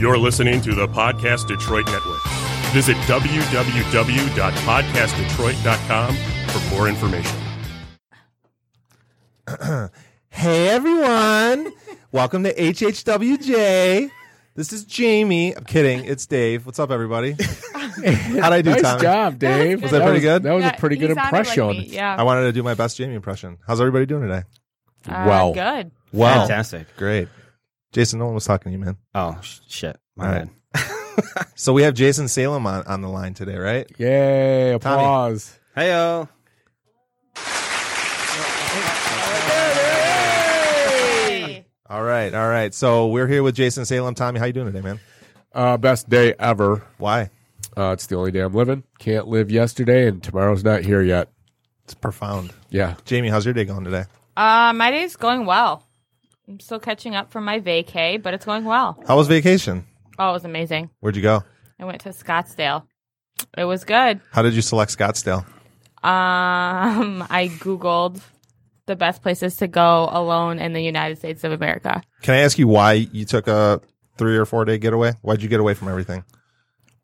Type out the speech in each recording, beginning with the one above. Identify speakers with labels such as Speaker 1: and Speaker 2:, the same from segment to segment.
Speaker 1: You're listening to the Podcast Detroit Network. Visit www.podcastdetroit.com for more information.
Speaker 2: Hey everyone, welcome to HHWJ. This is Jamie. I'm kidding. It's Dave. What's up, everybody? How'd I do,
Speaker 3: nice
Speaker 2: Tommy?
Speaker 3: job, Dave.
Speaker 2: Was that pretty good?
Speaker 3: That was
Speaker 4: Yeah,
Speaker 3: a pretty
Speaker 4: he
Speaker 3: good
Speaker 4: sounded like
Speaker 3: impression.
Speaker 4: me,
Speaker 2: I
Speaker 4: yeah.
Speaker 2: wanted to do my best Jamie impression. How's everybody doing today? Oh,
Speaker 4: Uh,
Speaker 3: Wow.
Speaker 4: Good.
Speaker 2: Wow,
Speaker 5: Fantastic.
Speaker 2: great. Jason, no one was talking to you, man.
Speaker 5: Oh sh- shit. My
Speaker 2: All
Speaker 5: bad.
Speaker 2: So we have Jason Salem on, on the line today, right?
Speaker 3: Yay! Applause.
Speaker 5: Hey yo.
Speaker 4: Hey.
Speaker 2: All right, all right. So we're here with Jason Salem. Tommy, how you doing today, man?
Speaker 3: Uh, best day ever.
Speaker 2: Why?
Speaker 3: Uh, it's the only day I'm living. Can't live yesterday, and tomorrow's not here yet.
Speaker 2: It's profound.
Speaker 3: Yeah.
Speaker 2: Jamie, how's your day going today?
Speaker 4: Uh, my day's going well. I'm still catching up from my vacay, but it's going well.
Speaker 2: How was vacation?
Speaker 4: Oh, it was amazing.
Speaker 2: Where'd you go?
Speaker 4: I went to Scottsdale. It was good.
Speaker 2: How did you select Scottsdale?
Speaker 4: Um, I googled the best places to go alone in the United States of America.
Speaker 2: Can I ask you why you took a three or four day getaway? Why'd you get away from everything?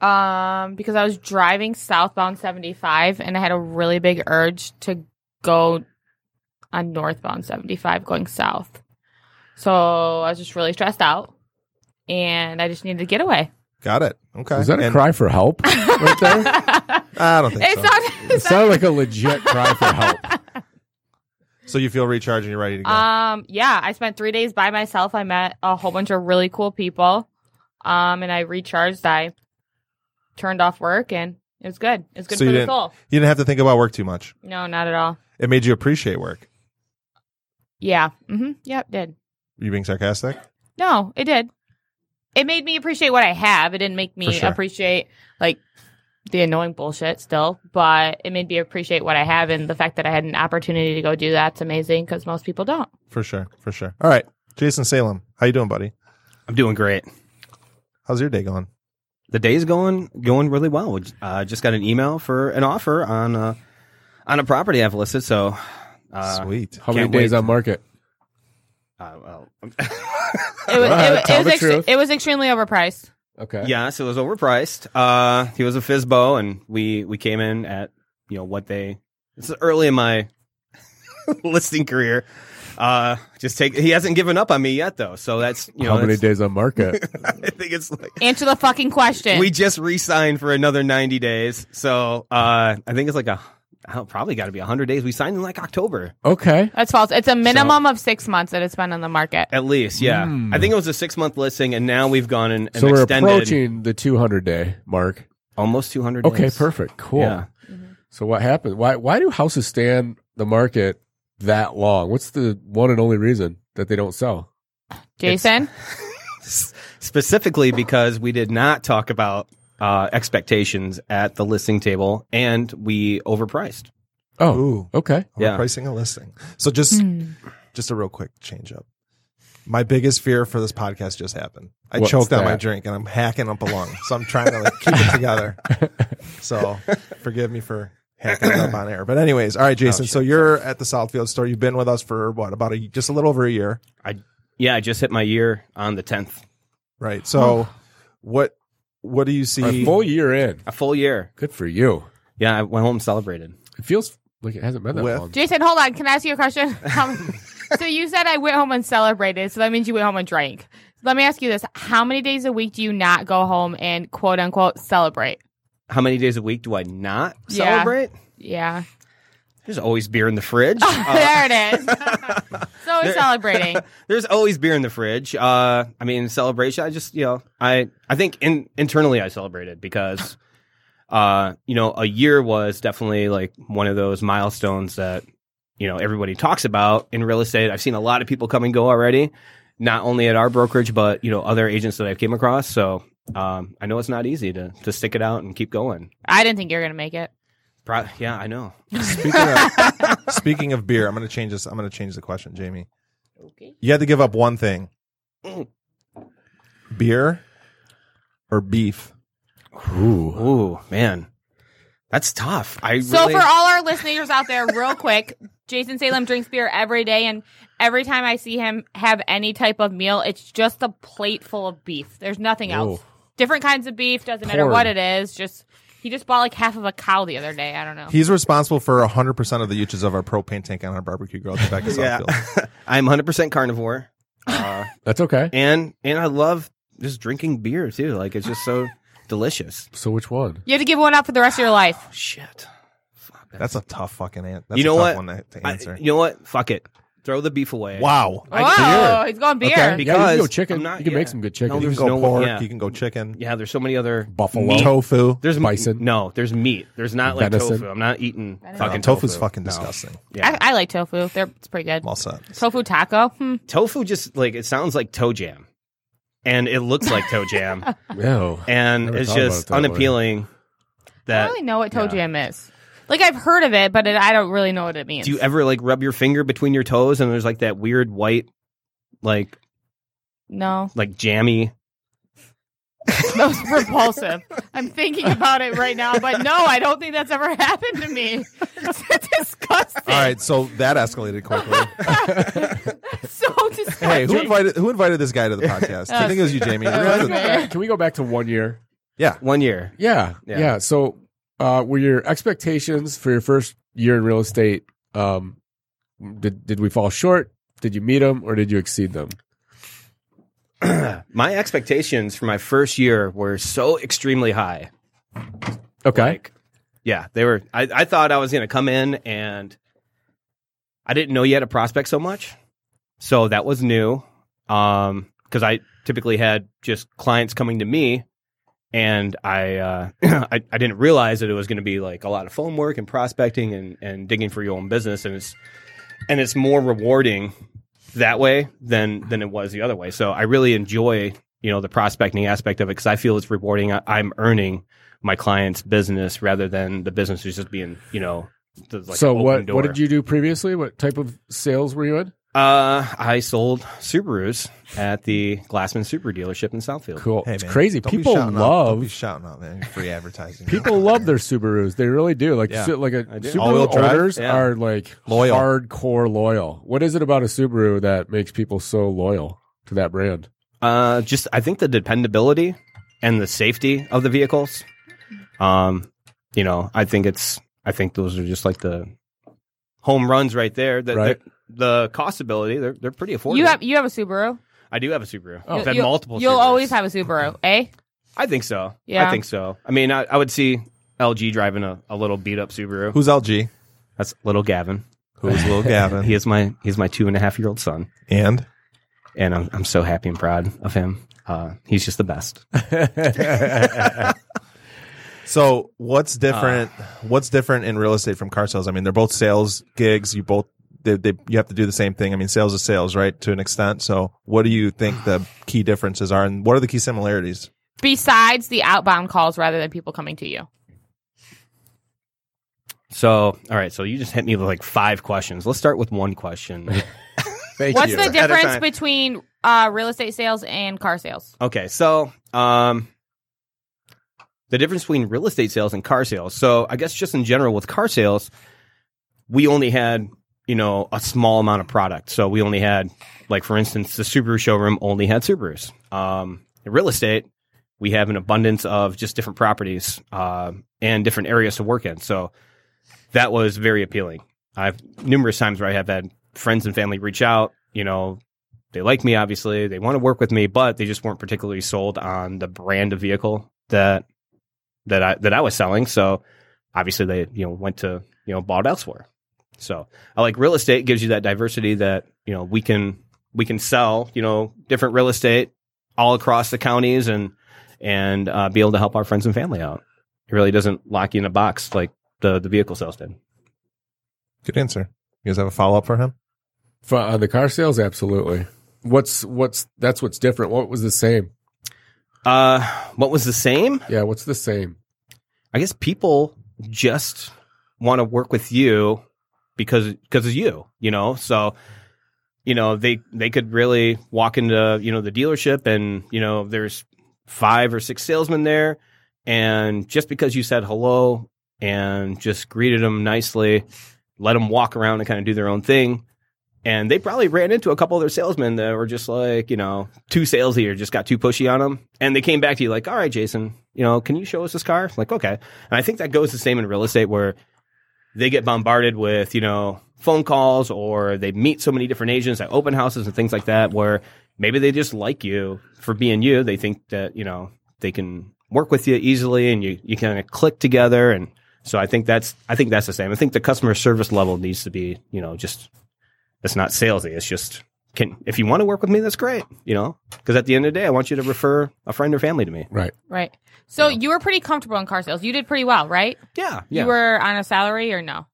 Speaker 4: Um, because I was driving southbound 75 and I had a really big urge to go on northbound 75 going south. So I was just really stressed out and I just needed a getaway.
Speaker 2: Got it. Okay.
Speaker 3: Is that a
Speaker 2: And-
Speaker 3: cry for help right there?
Speaker 2: I don't think
Speaker 4: It's
Speaker 2: so.
Speaker 4: not.
Speaker 3: it sounded like a legit cry for help.
Speaker 2: so you feel recharged and you're ready to go.
Speaker 4: Um, yeah, I spent three days by myself. I met a whole bunch of really cool people. Um, and I recharged. I turned off work and it was good. It was good
Speaker 2: So
Speaker 4: for
Speaker 2: you
Speaker 4: the
Speaker 2: didn't-
Speaker 4: soul.
Speaker 2: you didn't have to think about work too much.
Speaker 4: No, not at all.
Speaker 2: It made you appreciate work.
Speaker 4: Yeah. Mm-hmm. Yep. Did.
Speaker 2: Were you being sarcastic?
Speaker 4: No, it did. It made me appreciate what I have. It didn't make me
Speaker 2: For sure.
Speaker 4: appreciate like the annoying bullshit still, but it made me appreciate what I have and the fact that I had an opportunity to go do that's amazing because most people don't.
Speaker 2: For sure. For sure. All right. Jason Salem, how you doing, buddy?
Speaker 5: I'm doing great.
Speaker 2: How's your day going?
Speaker 5: The day's going going really well. We j- uh, just got an email for an offer on uh, on a property I've listed. So uh,
Speaker 2: Sweet.
Speaker 3: How many
Speaker 5: Can't
Speaker 3: days
Speaker 5: wait.
Speaker 3: on market?
Speaker 5: Uh, well,
Speaker 4: It was,
Speaker 3: Uh,
Speaker 4: it, was-
Speaker 3: tell
Speaker 4: it, was
Speaker 3: the
Speaker 4: ex-
Speaker 3: truth.
Speaker 4: it was extremely overpriced.
Speaker 3: Okay.
Speaker 5: yes, it was overpriced. Uh, he was a fizbo, and we we came in at you know what they. This is early in my listing career. Uh, just take. He hasn't given up on me yet, though. So that's you know.
Speaker 3: How many
Speaker 5: that's-
Speaker 3: days on market?
Speaker 5: I think it's like
Speaker 4: Answer the fucking question.
Speaker 5: We just re-signed for another 90 days. So uh, I think it's like a I don't- probably got to be 100 days. We signed in like October
Speaker 3: Okay.
Speaker 4: that's false. It's a minimum of six months that it's been on the market.
Speaker 5: at least. Yeah. I think it was a 6-month listing and now we've gone and, and
Speaker 3: Hmm. so we're
Speaker 5: extended
Speaker 3: approaching the 200 day mark.
Speaker 5: almost 200
Speaker 3: Okay.
Speaker 5: days.
Speaker 3: Perfect. Cool.
Speaker 5: Yeah.
Speaker 3: So what happened? Why why do houses stay on the market that long? What's the one and only reason that they don't sell?
Speaker 4: Jason,
Speaker 5: Specifically because we did not talk about uh, expectations at the listing table and we overpriced.
Speaker 3: Oh,
Speaker 2: Ooh.
Speaker 3: okay.
Speaker 2: I'm
Speaker 5: Yeah.
Speaker 2: pricing and listing. So just just a real quick change up. My biggest fear for this podcast just happened. I
Speaker 3: What's
Speaker 2: choked on my
Speaker 3: that?
Speaker 2: drink and I'm hacking up a lung. So I'm trying to like keep it together. So forgive me for hacking it up on air. But anyways, all right, Jason. so you're at the Southfield store. You've been with us for what, about a just a little over a year.
Speaker 5: I yeah, I just hit my year on the 10th.
Speaker 2: Right. So what what do you
Speaker 3: A
Speaker 2: see?
Speaker 3: full year in.
Speaker 5: A full year.
Speaker 3: Good for you.
Speaker 5: Yeah, I went home and celebrated.
Speaker 3: It feels like it hasn't been that
Speaker 2: With-
Speaker 3: long.
Speaker 4: Jason, hold on. Can I ask you a question? Um, so you said I went home and celebrated. So that means you went home and drank. Let me ask you this: How many days a week do you not go home and quote unquote celebrate?
Speaker 5: How many days a week do I not
Speaker 4: Yeah.
Speaker 5: celebrate?
Speaker 4: Yeah,
Speaker 5: There's always beer in the fridge.
Speaker 4: there it is. so we're celebrating.
Speaker 5: There's always beer in the fridge. Uh, I mean, celebration. I just, you know, I, I think in, internally I celebrated because, uh, you know, a year was definitely like one of those milestones that, you know, everybody talks about in real estate. I've seen a lot of people come and go already, not only at our brokerage, but, you know, other agents that I've came across. So, um, I know it's not easy to, to stick it out and keep going.
Speaker 4: I didn't think you were gonna make it.
Speaker 5: Pro- yeah, I know.
Speaker 2: Speaking of, speaking of beer, I'm going to change this. I'm going to change the question, Jamie.
Speaker 4: Okay.
Speaker 2: You had to give up one thing: beer or beef.
Speaker 3: Ooh.
Speaker 5: Ooh, man. That's tough. I
Speaker 4: So
Speaker 5: really,
Speaker 4: for all our listeners out there, real quick, Jason Salem drinks beer every day, and every time I see him have any type of meal, it's just a plate full of beef. There's nothing else.
Speaker 3: Whoa.
Speaker 4: Different kinds of beef, doesn't matter
Speaker 3: Porn.
Speaker 4: what it is. Just he just bought like half of a cow the other day. I don't know.
Speaker 2: He's responsible for 100% of the uses of our propane tank on our barbecue grill at the Becca
Speaker 5: Yeah.
Speaker 2: Southfield.
Speaker 5: I'm 100% carnivore. Uh,
Speaker 3: That's okay.
Speaker 5: and and I love just drinking beer too. Like it's just so delicious.
Speaker 3: So which one?
Speaker 4: you have to give one up for the rest of your life.
Speaker 5: Shit. Fuck that.
Speaker 2: That's a tough fucking an- that's
Speaker 5: You know
Speaker 2: a tough
Speaker 5: what?
Speaker 2: one to, to
Speaker 5: I-
Speaker 2: answer.
Speaker 5: you know what? Fuck it. Throw the beef away.
Speaker 2: wow.
Speaker 4: Oh, he's going beer.
Speaker 3: Okay. yeah, you can go
Speaker 5: Because
Speaker 3: chicken.
Speaker 5: I'm not-
Speaker 3: you can make
Speaker 5: yeah.
Speaker 3: some good chicken.
Speaker 5: No,
Speaker 2: You can
Speaker 5: there's
Speaker 2: go
Speaker 5: one-
Speaker 2: pork,
Speaker 5: yeah.
Speaker 2: you can go chicken,
Speaker 5: Yeah, there's so many other
Speaker 3: Buffalo.
Speaker 5: meat.
Speaker 2: tofu.
Speaker 5: There's m-
Speaker 3: Bison.
Speaker 5: No, there's meat. There's not like
Speaker 3: Venison.
Speaker 5: tofu. I'm not eating
Speaker 4: Venison.
Speaker 5: fucking
Speaker 2: Tofu's
Speaker 5: tofu.
Speaker 2: fucking disgusting.
Speaker 5: Yeah.
Speaker 4: I, I like tofu. They're, it's pretty good.
Speaker 2: I'm all set.
Speaker 4: Tofu taco. Hmm.
Speaker 5: tofu just like it sounds like toe jam, and it looks like toe jam,
Speaker 3: Ew.
Speaker 5: and
Speaker 3: Never
Speaker 5: it's
Speaker 3: thought about
Speaker 5: just
Speaker 3: it that way.
Speaker 5: unappealing.
Speaker 4: I
Speaker 5: That
Speaker 4: don't really know what toe
Speaker 5: yeah.
Speaker 4: jam is. Like I've heard of it, but it, I don't really know what it means.
Speaker 5: do you ever like rub your finger between your toes and there's like that weird white, like
Speaker 4: no,
Speaker 5: like jammy.
Speaker 4: that was repulsive. I'm thinking about it right now, but no, I don't think that's ever happened to me. That's disgusting.
Speaker 2: All right, so that escalated quickly.
Speaker 4: so disgusting.
Speaker 2: hey, who invited who invited this guy to the podcast? I think it was you, Jamie.
Speaker 4: That's me.
Speaker 3: Can we go back to one year?
Speaker 5: One year.
Speaker 3: Yeah,
Speaker 5: Yeah.
Speaker 3: yeah. So, uh, were your expectations for your first year in real estate? Um, did did we fall short? Did you meet them or did you exceed them?
Speaker 5: My expectations for my first year were so extremely high.
Speaker 3: Okay.
Speaker 5: Yeah, they were. I, I thought I was going to come in and I didn't know you had a prospect so much. So that was new. Um, cause I typically had just clients coming to me and I, uh, I, I didn't realize that it was going to be like a lot of phone work and prospecting and, and digging for your own business. And it's, and it's more rewarding that way than, than it was the other way. So I really enjoy, you know, the prospecting aspect of it cause I feel it's rewarding. I, I'm earning my client's business rather than the business is just being, you know, the, like
Speaker 3: so
Speaker 5: open
Speaker 3: what
Speaker 5: door.
Speaker 3: what did you do previously? What type of sales were you in?
Speaker 5: Uh, I sold Subarus at the Glassman Super dealership in Southfield.
Speaker 3: Cool.
Speaker 2: Hey,
Speaker 3: it's
Speaker 2: man,
Speaker 3: crazy.
Speaker 2: don't be
Speaker 3: People
Speaker 2: shouting Out, don't
Speaker 3: love
Speaker 2: be shouting out, man. Free advertising.
Speaker 3: people love their Subarus. They really do. Like
Speaker 2: Yeah,
Speaker 3: su- like a
Speaker 5: I do.
Speaker 2: All-wheel
Speaker 3: Subaru
Speaker 2: drive?
Speaker 3: owners
Speaker 5: Yeah.
Speaker 3: are like
Speaker 2: Loyal.
Speaker 3: hardcore loyal. What is it about a Subaru that makes people so loyal to that brand?
Speaker 5: Uh, just I think the dependability and the safety of the vehicles. Um, you know, I think it's I think those are just like the home runs right there. That
Speaker 3: Right.
Speaker 5: that- the cost ability they're they're pretty affordable.
Speaker 4: You have you have a Subaru.
Speaker 5: I do have a Subaru.
Speaker 3: Oh.
Speaker 5: I've
Speaker 4: You-
Speaker 5: had
Speaker 4: you-
Speaker 5: multiple.
Speaker 4: You'll
Speaker 5: Subarus.
Speaker 4: always have a Subaru, eh?
Speaker 5: I think so.
Speaker 4: Yeah.
Speaker 5: I think so. I mean, I, I would see LG driving a, a little beat up Subaru.
Speaker 2: Who's LG?
Speaker 5: That's little Gavin.
Speaker 2: Who's Lil Gavin?
Speaker 5: He is my he's my two and a half year old son.
Speaker 2: And
Speaker 5: and I'm, I'm so happy and proud of him. Uh, he's just the best.
Speaker 2: so,
Speaker 5: Ah.
Speaker 2: what's different? what's different in real estate from car sales? I mean, they're both sales gigs. You both they, they you have to do the same thing. I mean, sales is sales, right? To an extent. So, what do you think the key differences are, and what are the key similarities?
Speaker 4: Besides the outbound calls, rather than people coming to you.
Speaker 5: So, all right. So you just hit me with like five questions. Let's start with one question.
Speaker 3: Thank
Speaker 4: What's
Speaker 3: you.
Speaker 4: the
Speaker 5: At a
Speaker 4: difference
Speaker 5: time.
Speaker 4: between uh, real estate sales and car sales?
Speaker 5: okay. So, um, the difference between real estate sales and car sales. So, I guess just in general with car sales, we only had you know a small amount of product. So we only had like for instance the Subaru showroom only had Subarus. Um, in real estate, we have an abundance of just different properties uh, and different areas to work in. So that was very appealing. I've numerous times where I have had friends and family reach out. You know, they like me, obviously. They want to work with me, but they just weren't particularly sold on the brand of vehicle that that I that I was selling. So obviously, they you know went to you know bought elsewhere. So I like real estate gives you that diversity that you know we can we can sell you know different real estate all across the counties and and uh, be able to help our friends and family out. It really doesn't lock you in a box like the the vehicle sales did.
Speaker 2: Good answer. You guys have a follow up for him?
Speaker 3: For, on uh, the car sales, absolutely. What's what's that's what's different. What was the same?
Speaker 5: Uh, what was the same?
Speaker 3: Yeah, what's the same?
Speaker 5: I guess people just want to work with you because because of you, you know. So, you know, they they could really walk into you know the dealership and you know there's five or six salesmen there, and just because you said hello and just greeted them nicely, let them walk around and kind of do their own thing. And they probably ran into a couple of their salesmen that were just like, you know, too salesy or just got too pushy on them. And they came back to you like, all right, Jason, you know, can you show us this car? Like, okay. And I think that goes the same in real estate where they get bombarded with, you know, phone calls or they meet so many different agents at open houses and things like that where maybe they just like you for being you. They think that, you know, they can work with you easily and you, you kind of click together. And so I think that's, I think that's the same. I think the customer service level needs to be, you know, just, it's not salesy. It's just, can, if you want to work with me, that's great, you know, because at the end of the day, I want you to refer a friend or family to me.
Speaker 3: Right.
Speaker 4: Right. So you were pretty comfortable in car sales. You did pretty well, right?
Speaker 5: Yeah. Yeah.
Speaker 4: You were on a salary or no?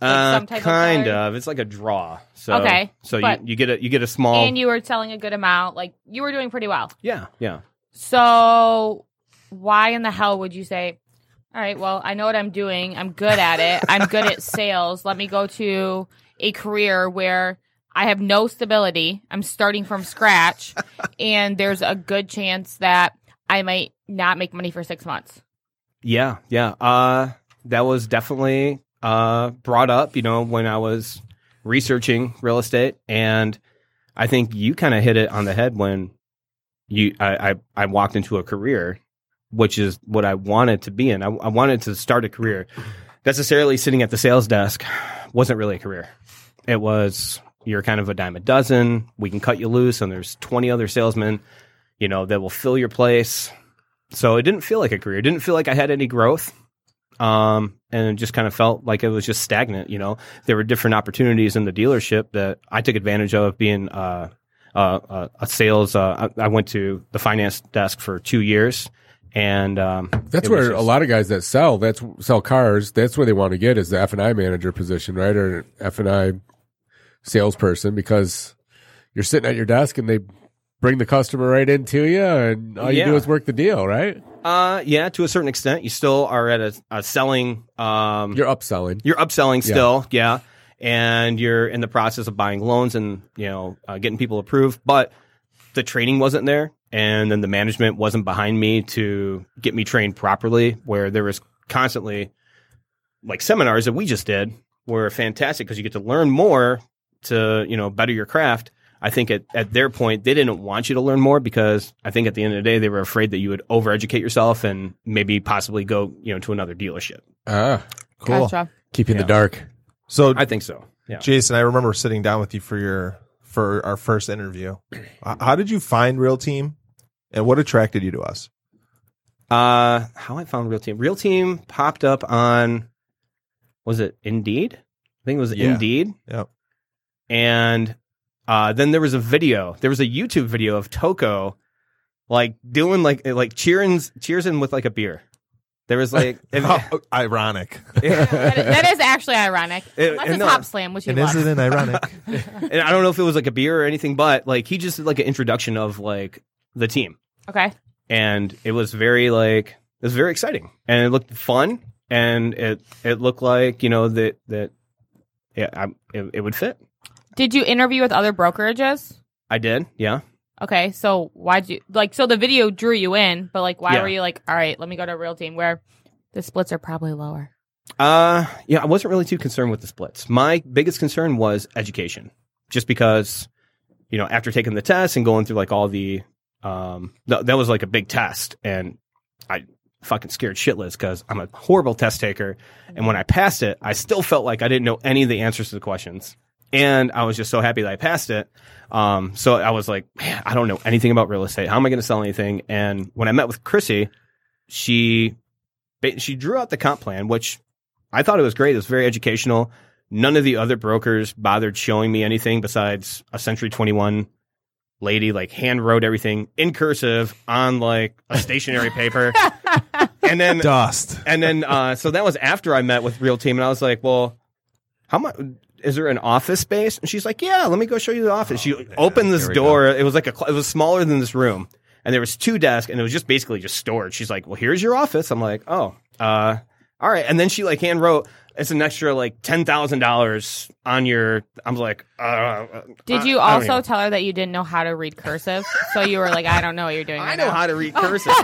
Speaker 5: Uh,
Speaker 4: some type of
Speaker 5: kind
Speaker 4: salary?
Speaker 5: of. It's like a draw. So,
Speaker 4: Okay,
Speaker 5: So you,
Speaker 4: but-
Speaker 5: you get a, you get a small.
Speaker 4: And you were selling a good amount. Like you were doing pretty well.
Speaker 5: yeah. Yeah.
Speaker 4: So why in the hell would you say, all right, well, I know what I'm doing. I'm good at it. I'm good at sales. Let me go to a career where I have no stability. I'm starting from scratch and there's a good chance that I might not make money for six months.
Speaker 5: Yeah, yeah. Uh, that was definitely uh, brought up, you know, when I was researching real estate, and I think you kind of hit it on the head when you I, I I walked into a career, which is what I wanted to be in. I, I wanted to start a career. Necessarily sitting at the sales desk wasn't really a career. It was you're kind of a dime a dozen. We can cut you loose, and there's 20 other salesmen, you know, that will fill your place. So it didn't feel like a career. It didn't feel like I had any growth. Um, and it just kind of felt like it was just stagnant. You know, there were different opportunities in the dealership that I took advantage of being uh, uh, uh, a sales. Uh, I, I went to the finance desk for two years, and um,
Speaker 3: That's
Speaker 5: it was
Speaker 3: where
Speaker 5: just-
Speaker 3: a lot of guys that sell that's sell cars. That's where they want to get is the F and I manager position, right, or F and I salesperson because you're sitting at your desk and they bring the customer right into you, and all you do
Speaker 5: Yeah.
Speaker 3: is work the deal, right?
Speaker 5: Uh, yeah, to a certain extent, you still are at a, a selling. Um,
Speaker 3: You're upselling.
Speaker 5: you're upselling still, yeah. and you're in the process of buying loans and you know uh, getting people approved, but the training wasn't there, and then the management wasn't behind me to get me trained properly. Where there was constantly like seminars that we just did were fantastic because you get to learn more to you know better your craft. I think at, at their point they didn't want you to learn more because I think at the end of the day they were afraid that you would overeducate yourself and maybe possibly go you know to another dealership.
Speaker 3: Ah, cool.
Speaker 4: Gotcha.
Speaker 3: Keep you in the dark.
Speaker 2: So
Speaker 5: I think so. Yeah.
Speaker 2: Jason, I remember sitting down with you for your for our first interview. H- How did you find Real Team, and what attracted you to us?
Speaker 5: Uh, how I found Real Team. Real Team popped up on was it Indeed? I think it was
Speaker 2: Yeah.
Speaker 5: Indeed.
Speaker 2: Yep.
Speaker 5: And uh, then there was a video. There was a YouTube video of Toko like doing like eh, like cheering cheers in with like a beer. There was like if-
Speaker 2: How Oh, ironic,
Speaker 4: That is, that is actually ironic.
Speaker 5: It-
Speaker 4: Unless
Speaker 5: it-
Speaker 4: it's
Speaker 5: no.
Speaker 4: Hop Slam, which you
Speaker 2: and
Speaker 4: love.
Speaker 2: isn't it ironic?
Speaker 5: and I don't know if it was like a beer or anything, but like he just did like an introduction of like the team.
Speaker 4: Okay.
Speaker 5: and it was very like it was very exciting and it looked fun and it it looked like you know that that yeah I, it, it would fit
Speaker 4: Did you interview with other brokerages?
Speaker 5: i did yeah
Speaker 4: Okay, so why'd you like? So the video drew you in, but like, why
Speaker 5: Yeah.
Speaker 4: were you like, all right, let me go to a real team where the splits are probably lower?
Speaker 5: uh yeah i wasn't really too concerned with the splits my biggest concern was education just because you know after taking the test and going through like all the um th- that was like a big test and i fucking scared shitless because i'm a horrible test taker and when i passed it i still felt like i didn't know any of the answers to the questions and i was just so happy that i passed it um so i was like man i don't know anything about real estate how am i going to sell anything and when i met with chrissy she ba- she drew out the comp plan which i thought it was great it was very educational none of the other brokers bothered showing me anything besides a century 21 lady like hand wrote everything in cursive on like a stationary paper and then
Speaker 2: Dust.
Speaker 5: and then uh, so that was after I met with Real Team, and I was like, "Well, how much is there an office space?" And she's like, "Yeah, let me go show you the office."
Speaker 2: Oh,
Speaker 5: she opened this door. It was like a cl- it was smaller than this room, and there was two desks, and it was just basically just storage. She's like, "Well, here's your office." I'm like, "Oh, uh, all right." And then she like hand wrote, it's an extra like ten thousand dollars on your. I'm like, uh,
Speaker 4: Did you
Speaker 5: I- I don't
Speaker 4: also
Speaker 5: even-
Speaker 4: tell her that you didn't know how to read cursive? so you were like, I don't know what you're doing.
Speaker 5: I
Speaker 4: right
Speaker 5: know
Speaker 4: now.
Speaker 5: how to read cursive.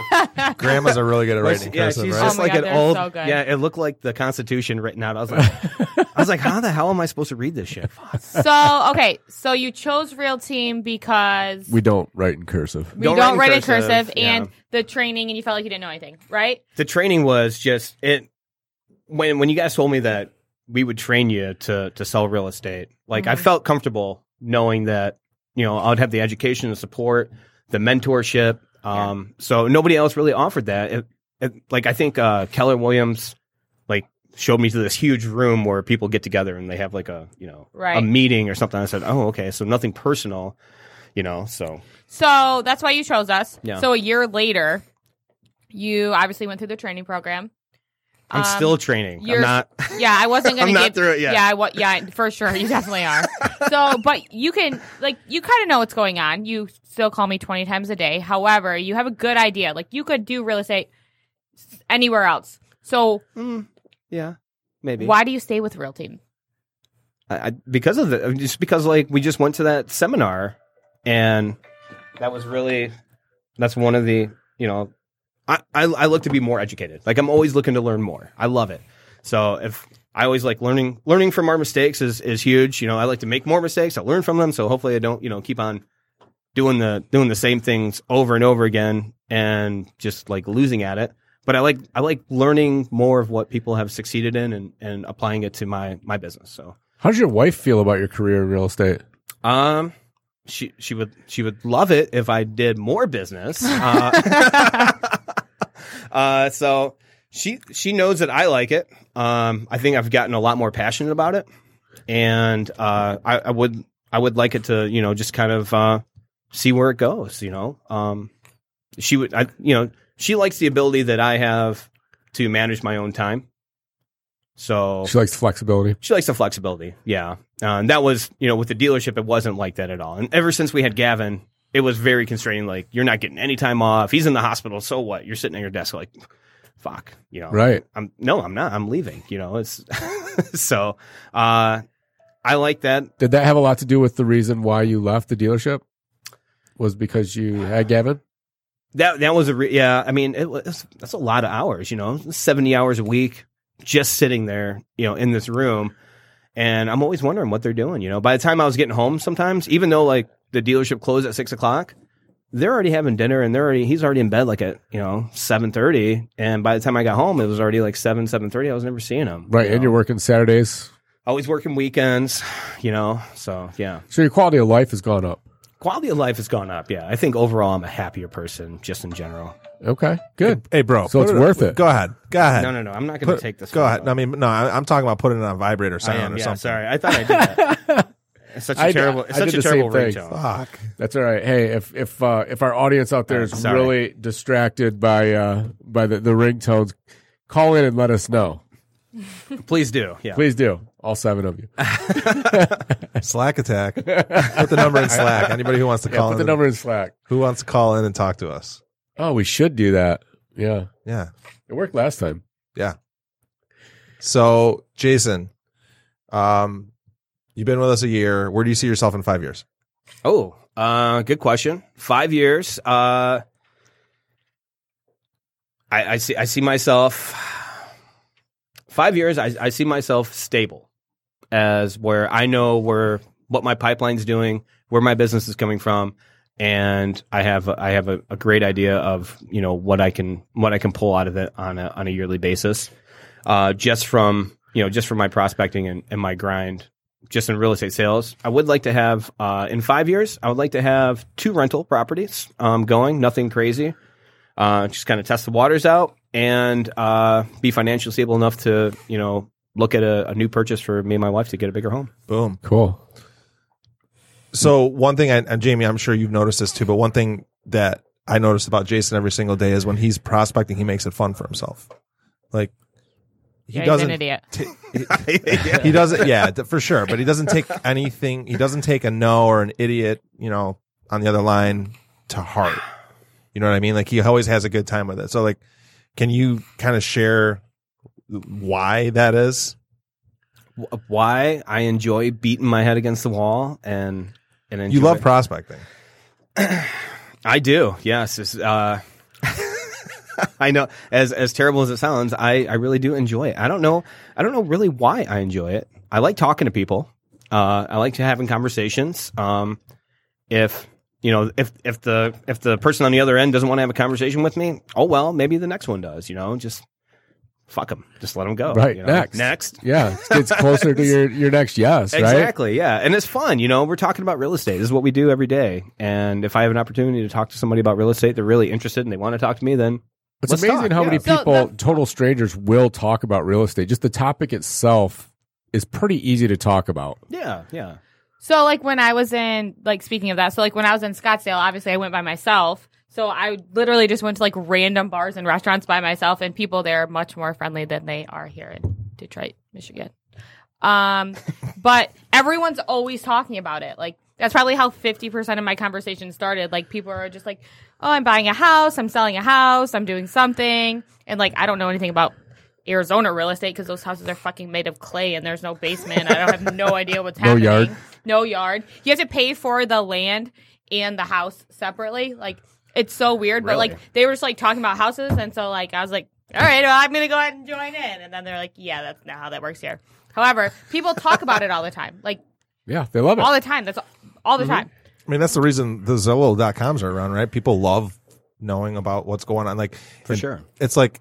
Speaker 2: Grandmas are really good at writing
Speaker 5: yeah,
Speaker 2: cursive,
Speaker 5: she's
Speaker 2: right?
Speaker 4: Oh
Speaker 5: just
Speaker 4: my
Speaker 5: like
Speaker 4: God,
Speaker 5: an
Speaker 4: they're
Speaker 5: old.
Speaker 4: so good.
Speaker 5: Yeah, it looked like the Constitution written out. I was like, I was like, how the hell am I supposed to read this shit? Fuck.
Speaker 4: so okay, so you chose real team because
Speaker 3: We don't write in cursive.
Speaker 4: we
Speaker 5: Don't
Speaker 4: don't,
Speaker 5: write in
Speaker 4: write in
Speaker 5: cursive,
Speaker 4: cursive,
Speaker 5: yeah.
Speaker 4: and the training, and you felt like you didn't know anything, right?
Speaker 5: The training was just it. When when you guys told me that we would train you to to sell real estate, like I
Speaker 4: Mhm.
Speaker 5: felt comfortable knowing that you know I'd have the education, the support, the mentorship. Um, so nobody else really offered that. It, it, like I think uh, Keller Williams like showed me to this huge room where people get together and they have like a you know a
Speaker 4: Right.
Speaker 5: meeting or something. I said, oh okay, so nothing personal, you know. So
Speaker 4: So that's why you chose us.
Speaker 5: Yeah.
Speaker 4: So a year later, you obviously went through the training program.
Speaker 5: I'm
Speaker 4: Um,
Speaker 5: still training. I'm
Speaker 4: you're-
Speaker 5: not.
Speaker 4: Yeah, I wasn't gonna
Speaker 5: I'm not
Speaker 4: give-
Speaker 5: through it yet.
Speaker 4: Yeah, I wa- yeah, for sure, you definitely are. So, but you can like you kind of know what's going on. You still call me twenty times a day. However, you have a good idea. Like you could do real estate s- anywhere else. So
Speaker 5: Mm, yeah, maybe.
Speaker 4: why do you stay with Real Team?
Speaker 5: I, I, because of the just because like we just went to that seminar and that was really that's one of the you know I, I I look to be more educated like I'm always looking to learn more I love it so if I always like learning learning from our mistakes is is huge you know I like to make more mistakes I learn from them so hopefully I don't you know keep on doing the doing the same things over and over again and just like losing at it but I like I like learning more of what people have succeeded in and and applying it to my my business so
Speaker 3: How does your wife feel about your career in real estate?
Speaker 5: um, she she would she would love it if I did more business. Uh, uh, so she she knows that I like it. Um, I think I've gotten a lot more passionate about it, and uh, I, I would I would like it to you know just kind of uh, see where it goes. You know, um, she would I you know she likes the ability that I have to manage my own time. So
Speaker 3: She likes flexibility.
Speaker 5: she likes the flexibility. Yeah. Uh, and that was, you know, with the dealership, it wasn't like that at all. And ever since we had Gavin, it was very constraining. Like, you're not getting any time off. He's in the hospital. So what? You're sitting at your desk, like, fuck. You know,
Speaker 3: Right.
Speaker 5: I'm no, I'm not. I'm leaving. You know, it's so. Uh, I like that.
Speaker 3: Did that have a lot to do with the reason why you left the dealership? Was because you had Gavin?
Speaker 5: That that was a re- yeah. I mean, it was that's a lot of hours. You know, seventy hours a week, just sitting there. You know, in this room, and I'm always wondering what they're doing. You know, by the time I was getting home, sometimes even though like the dealership closed at six o'clock, they're already having dinner and they're already he's already in bed like at you know seven thirty. And by the time I got home, it was already like seven seven thirty. I was never seeing him.
Speaker 3: Right.
Speaker 5: you
Speaker 3: And
Speaker 5: know.
Speaker 3: you're working Saturdays.
Speaker 5: always working weekends. You know, so yeah,
Speaker 3: So your quality of life has gone up.
Speaker 5: quality of life has gone up. Yeah, I think overall I'm a happier person just in general.
Speaker 3: Okay. Good.
Speaker 2: Hey, bro.
Speaker 3: So
Speaker 2: put
Speaker 3: it's
Speaker 2: on-
Speaker 3: worth it.
Speaker 2: Go ahead. Go ahead.
Speaker 5: No, no, no. I'm not going
Speaker 2: Uh, Put-
Speaker 5: to take this.
Speaker 2: Go
Speaker 5: one,
Speaker 2: ahead.
Speaker 5: though.
Speaker 2: I mean, no, I- I'm talking about putting it on a vibrator
Speaker 5: I
Speaker 2: sound
Speaker 5: am,
Speaker 2: or
Speaker 5: Oh, yeah,
Speaker 2: something.
Speaker 5: Sorry, I thought I did that. it's such a
Speaker 3: I d-
Speaker 5: terrible,
Speaker 3: I
Speaker 5: it's such
Speaker 3: did the
Speaker 5: a terrible
Speaker 3: same thing.
Speaker 5: ringtone.
Speaker 2: Fuck.
Speaker 3: That's all right. Hey, if if uh, if our audience out there is
Speaker 5: Sorry.
Speaker 3: really distracted by uh, by the, the ringtones, call in and let us know.
Speaker 5: Please do. Yeah.
Speaker 3: Please do. All seven of you.
Speaker 2: Slack attack. Put the number in Slack. Anybody who wants to
Speaker 3: Yeah,
Speaker 2: call
Speaker 3: put the
Speaker 2: in,
Speaker 3: number in Slack.
Speaker 2: who wants to call in and talk to us?
Speaker 3: Oh, we should do that. Yeah.
Speaker 2: Yeah.
Speaker 3: It worked last time.
Speaker 2: So, Jason, um, you've been with us a year. Where do you see yourself in five years?
Speaker 5: Oh, uh, good question. Five years. Uh, I, I see. I see myself. Five years. I, I see myself stable, as where I know where what my pipeline's doing, where my business is coming from, and I have I have a, a great idea of you know what I can what I can pull out of it on a on a yearly basis, uh, just from you know just from my prospecting and, and my grind just in real estate sales. I would like to have uh, in five years. I would like to have two rental properties um, going. Nothing crazy. Uh, just kind of test the waters out and uh, be financially stable enough to you know look at a, a new purchase for me and my wife to get a bigger home.
Speaker 2: Boom.
Speaker 3: Cool.
Speaker 2: So, one thing, I, and Jamie, I'm sure you've noticed this too, but one thing that I noticed about Jason every single day is when he's prospecting, he makes it fun for himself. Like, he
Speaker 4: Yeah, he's
Speaker 2: doesn't.
Speaker 4: an idiot.
Speaker 2: he doesn't yeah th- for sure but he doesn't take anything he doesn't take a no or an idiot you know on the other line to heart you know what i mean like he always has a good time with it so like can you kind of share why that is
Speaker 5: wh- why I enjoy beating my head against the wall and and enjoy
Speaker 2: You love prospecting.
Speaker 5: I do. Yes. It's, uh, I know. As as terrible as it sounds, I I really do enjoy it. I don't know. I don't know really why I enjoy it. I like talking to people. Uh, I like to having conversations. Um, if you know, if if the if the person on the other end doesn't want to have a conversation with me, oh well, maybe the next one does. You know, just fuck them. Just let them go.
Speaker 3: Right,
Speaker 5: you know?
Speaker 3: next.
Speaker 5: Next.
Speaker 3: Yeah, it's- it's closer to your, your next yes, right?
Speaker 5: Exactly. Yeah. And it's fun. You know, we're talking about real estate. This is what we do every day. And if I have an opportunity to talk to somebody about real estate, they're really interested and they want to talk to me, then
Speaker 3: It's
Speaker 5: Let's
Speaker 3: amazing
Speaker 5: talk,
Speaker 3: how
Speaker 5: yeah.
Speaker 3: many
Speaker 4: So
Speaker 3: people,
Speaker 4: the-
Speaker 3: total strangers, will talk about real estate. Just the topic itself is pretty easy to talk about.
Speaker 5: yeah, yeah.
Speaker 4: So like when I was in like speaking of that, so like when I was in Scottsdale, obviously I went by myself. So I literally just went to like random bars and restaurants by myself and people there are much more friendly than they are here in Detroit, Michigan. Um but everyone's always talking about it. Like that's probably how 50% of my conversation started. Like people are just like, "Oh, I'm buying a house, I'm selling a house, I'm doing something." And like I don't know anything about Arizona real estate because those houses are fucking made of clay and there's no basement. I don't have no idea what's
Speaker 3: No
Speaker 4: happening.
Speaker 3: yard.
Speaker 4: No yard. You have to pay for the land and the house separately. Like it's so weird, but
Speaker 5: Really?
Speaker 4: like they were just like talking about houses, and so like I was like, all right, well, I'm gonna go ahead and join in, and then they're like, yeah, that's not how that works here. However, people talk about it all the time, like
Speaker 3: Yeah, they love it.
Speaker 4: all the time. That's all the
Speaker 5: Mm-hmm.
Speaker 4: time.
Speaker 2: I mean, that's the reason the Zillow.coms are around, right? People love knowing about what's going on. Like
Speaker 5: For
Speaker 2: and
Speaker 5: sure.
Speaker 2: it's like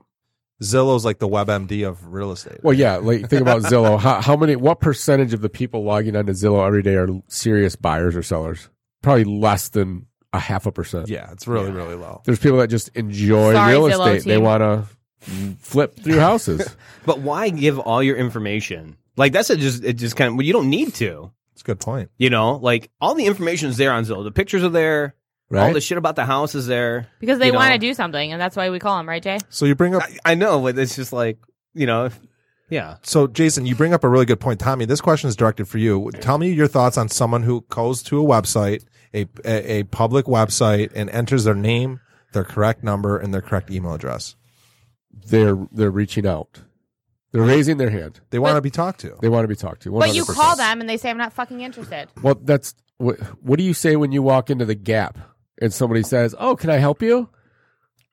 Speaker 2: Zillow's like the WebMD of real estate.
Speaker 3: Well, yeah. Like think about Zillow. How, how many? What percentage of the people logging onto Zillow every day are serious buyers or sellers? Probably less than a half a percent.
Speaker 2: yeah, it's really really low.
Speaker 3: There's people that just enjoy
Speaker 4: Sorry,
Speaker 3: real
Speaker 4: Zillow
Speaker 3: estate. They
Speaker 4: team.
Speaker 3: want to flip through houses.
Speaker 5: But why give all your information? Like that's a just it just kind of well, you don't need to.
Speaker 2: It's a good point.
Speaker 5: You know, like all the information is there on Zillow. The pictures are there. All
Speaker 3: Right?
Speaker 5: the shit about the house is there.
Speaker 4: Because they
Speaker 5: You know.
Speaker 4: want to do something, and that's why we call them, right, Jay?
Speaker 2: So you bring up
Speaker 5: I, I know, but it's just like you know, if- yeah.
Speaker 2: so Jason, you bring up a really good point, Tommy. This question is directed for you. Tell me your thoughts on someone who goes to a website, a a, a public website, and enters their name, their correct number, and their correct email address.
Speaker 3: they're they're reaching out. They're raising their hand.
Speaker 2: They want to be talked to.
Speaker 3: They want to be talked to.
Speaker 4: But you
Speaker 3: 100%.
Speaker 4: call them, and they say, "I'm not fucking interested."
Speaker 3: Well, that's what, what do you say when you walk into the Gap and somebody says, "Oh, can I help you?"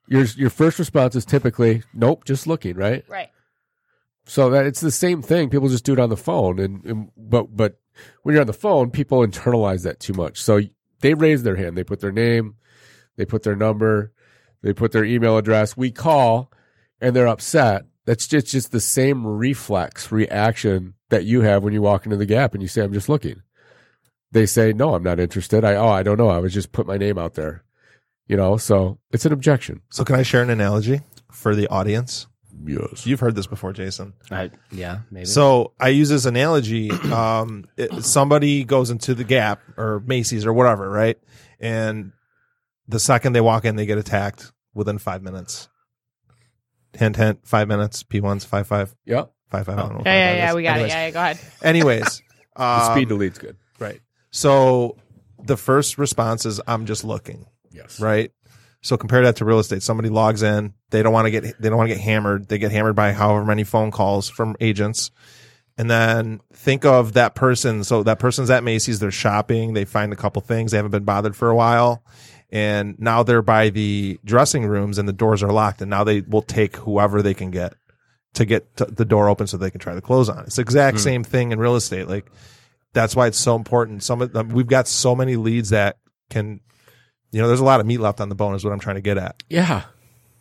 Speaker 3: Your your first response is typically, "Nope, just looking." Right.
Speaker 4: Right.
Speaker 3: So that it's the same thing. People just do it on the phone, and, and but but when you're on the phone, people internalize that too much. So they raise their hand. They put their name, they put their number, they put their email address. We call, and they're upset. That's just, just the same reflex reaction that you have when you walk into the Gap and you say, "I'm just looking." They say, "No, I'm not interested." I oh, I don't know. I was just put my name out there, you know. So it's an objection.
Speaker 2: So can I share an analogy for the audience?
Speaker 3: Yes.
Speaker 2: You've heard this before, Jason.
Speaker 5: I, yeah, maybe.
Speaker 2: So I use this analogy. Um, it, somebody goes into the Gap or Macy's or whatever, right? And the second they walk in, they get attacked within five minutes. Hint, hint. Five minutes. P ones. Five, five,
Speaker 3: Yeah.
Speaker 2: five, five. I don't know what
Speaker 4: Yeah,
Speaker 2: five,
Speaker 4: yeah,
Speaker 2: five
Speaker 4: yeah.
Speaker 2: is.
Speaker 4: We got
Speaker 2: Anyways,
Speaker 4: it. Yeah, yeah, go ahead.
Speaker 2: Anyways,
Speaker 3: The
Speaker 2: um,
Speaker 3: speed to lead's good.
Speaker 2: right. So the first response is, "I'm just looking."
Speaker 3: Yes.
Speaker 2: right? So compare that to real estate. Somebody logs in, they don't want to get they don't want to get hammered. They get hammered by however many phone calls from agents. And then think of that person. So that person's at Macy's, they're shopping, they find a couple things, they haven't been bothered for a while. And now they're by the dressing rooms and the doors are locked. And now they will take whoever they can get to get t the door open so they can try to close on it. It's the exact same thing in real estate. Like that's why it's so important. Some of them, we've got so many leads that can, you know, there's a lot of meat left on the bone is what I'm trying to get at.
Speaker 3: Yeah.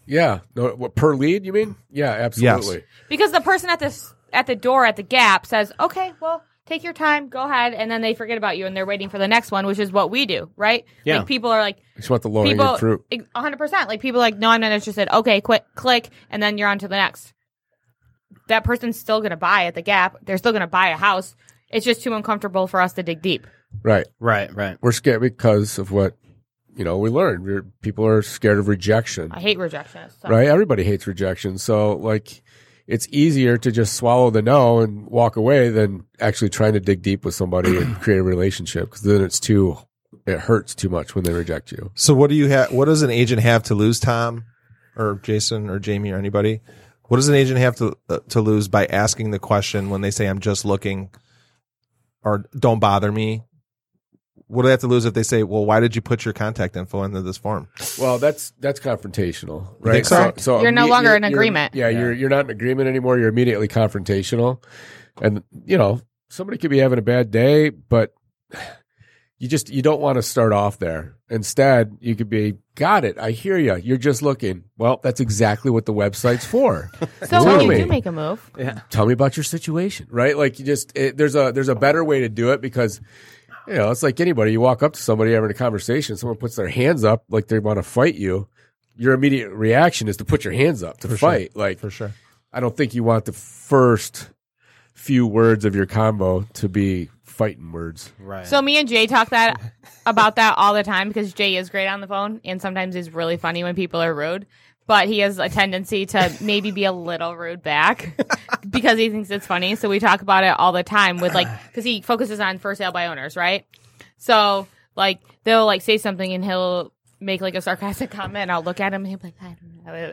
Speaker 3: Yeah. No, what, per lead, you mean? Yeah, absolutely.
Speaker 4: Because the person at this at the door at the Gap says, "Okay, well, take your time, go ahead," and then they forget about you and they're waiting for the next one, which is what we do, right?
Speaker 5: Yeah.
Speaker 4: Like people are like
Speaker 3: I just want the low hanging
Speaker 4: people e,
Speaker 3: fruit.
Speaker 4: ex- 100% like people are like, "No, I'm not interested." Okay, quick click and then you're on to the next. That person's still going to buy at the Gap. They're still going to buy a house. It's just too uncomfortable for us to dig deep.
Speaker 3: Right.
Speaker 5: right, right.
Speaker 3: We're scared because of what, you know, we learned. We're, people are scared of rejection,
Speaker 4: I hate rejection. So.
Speaker 3: right? Everybody hates rejection. So, like, it's easier to just swallow the no and walk away than actually trying to dig deep with somebody and create a relationship because then it's too, it hurts too much when they reject you.
Speaker 2: So what do you have? What does an agent have to lose, Tom, or Jason, or Jamie, or anybody? What does an agent have to uh, to lose by asking the question when they say I'm just looking or don't bother me? What do they have to lose if they say, "Well, why did you put your contact info into this form?"
Speaker 3: Well, that's that's confrontational, right?
Speaker 2: so?
Speaker 4: You're no
Speaker 3: imme-
Speaker 4: longer in
Speaker 3: you're-
Speaker 4: agreement.
Speaker 3: yeah, you're you're not in agreement anymore. You're immediately confrontational, and you know somebody could be having a bad day, but you just you don't want to start off there. Instead, you could be, "Got it, I hear you. You're just looking." Well, that's exactly what the website's for.
Speaker 4: So when
Speaker 3: Tell
Speaker 4: you
Speaker 3: me.
Speaker 4: do make a move,
Speaker 3: tell me about your situation right like you just it, there's a there's a better way to do it because you know it's like anybody you walk up to somebody having a conversation someone puts their hands up like they want to fight you your immediate reaction is to put your hands up to
Speaker 2: For sure.
Speaker 3: fight like
Speaker 2: For sure.
Speaker 3: i don't think you want the first few words of your combo to be fighting words
Speaker 5: Right.
Speaker 4: So me and Jay talk that about that all the time because Jay is great on the phone and sometimes is really funny when people are rude. But he has a tendency to maybe be a little rude back because he thinks it's funny. So we talk about it all the time with like because he focuses on for sale by owners, right? So like they'll like say something and he'll make like a sarcastic comment. And I'll look at him and he'll be like, I don't know.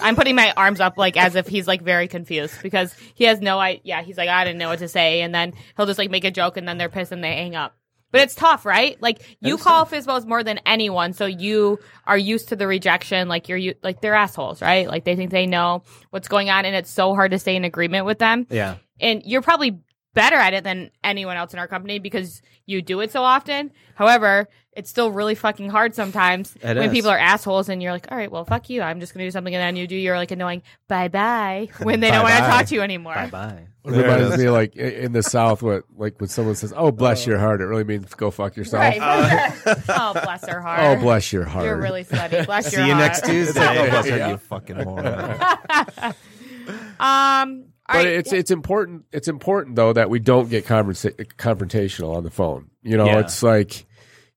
Speaker 4: I'm putting my arms up like as if he's like very confused because he has no I yeah, he's like, I didn't know what to say and then he'll just like make a joke and then they're pissed and they hang up. But it's tough, right? Like you call Fizbos more than anyone, so you are used to the rejection. Like you're you, like they're assholes, right? Like they think they know what's going on, and it's so hard to stay in agreement with them
Speaker 5: yeah.
Speaker 4: and you're probably better at it than anyone else in our company because you do it so often. However, it's still really fucking hard sometimes
Speaker 5: It
Speaker 4: when
Speaker 5: is.
Speaker 4: people are assholes and you're like, all right, well, fuck you. I'm just going to do something. And then you do your like annoying bye bye when they don't want to
Speaker 2: Bye-bye.
Speaker 4: talk to you anymore.
Speaker 5: Bye bye.
Speaker 3: it
Speaker 2: There it
Speaker 3: reminds
Speaker 2: is.
Speaker 3: me like i- in the south what like when someone says oh bless your heart it really means go fuck yourself
Speaker 4: Right. oh, bless her heart.
Speaker 3: oh bless your heart
Speaker 4: You're really slutty. Bless your
Speaker 5: See you
Speaker 4: heart.
Speaker 5: next
Speaker 2: It's like, oh,
Speaker 5: Tuesday.
Speaker 2: bless her, you fucking moron.
Speaker 4: Um,
Speaker 3: but
Speaker 4: all right.
Speaker 3: it's it's important it's important though that we don't get conversa- confrontational on the phone. You know,
Speaker 5: Yeah.
Speaker 3: it's like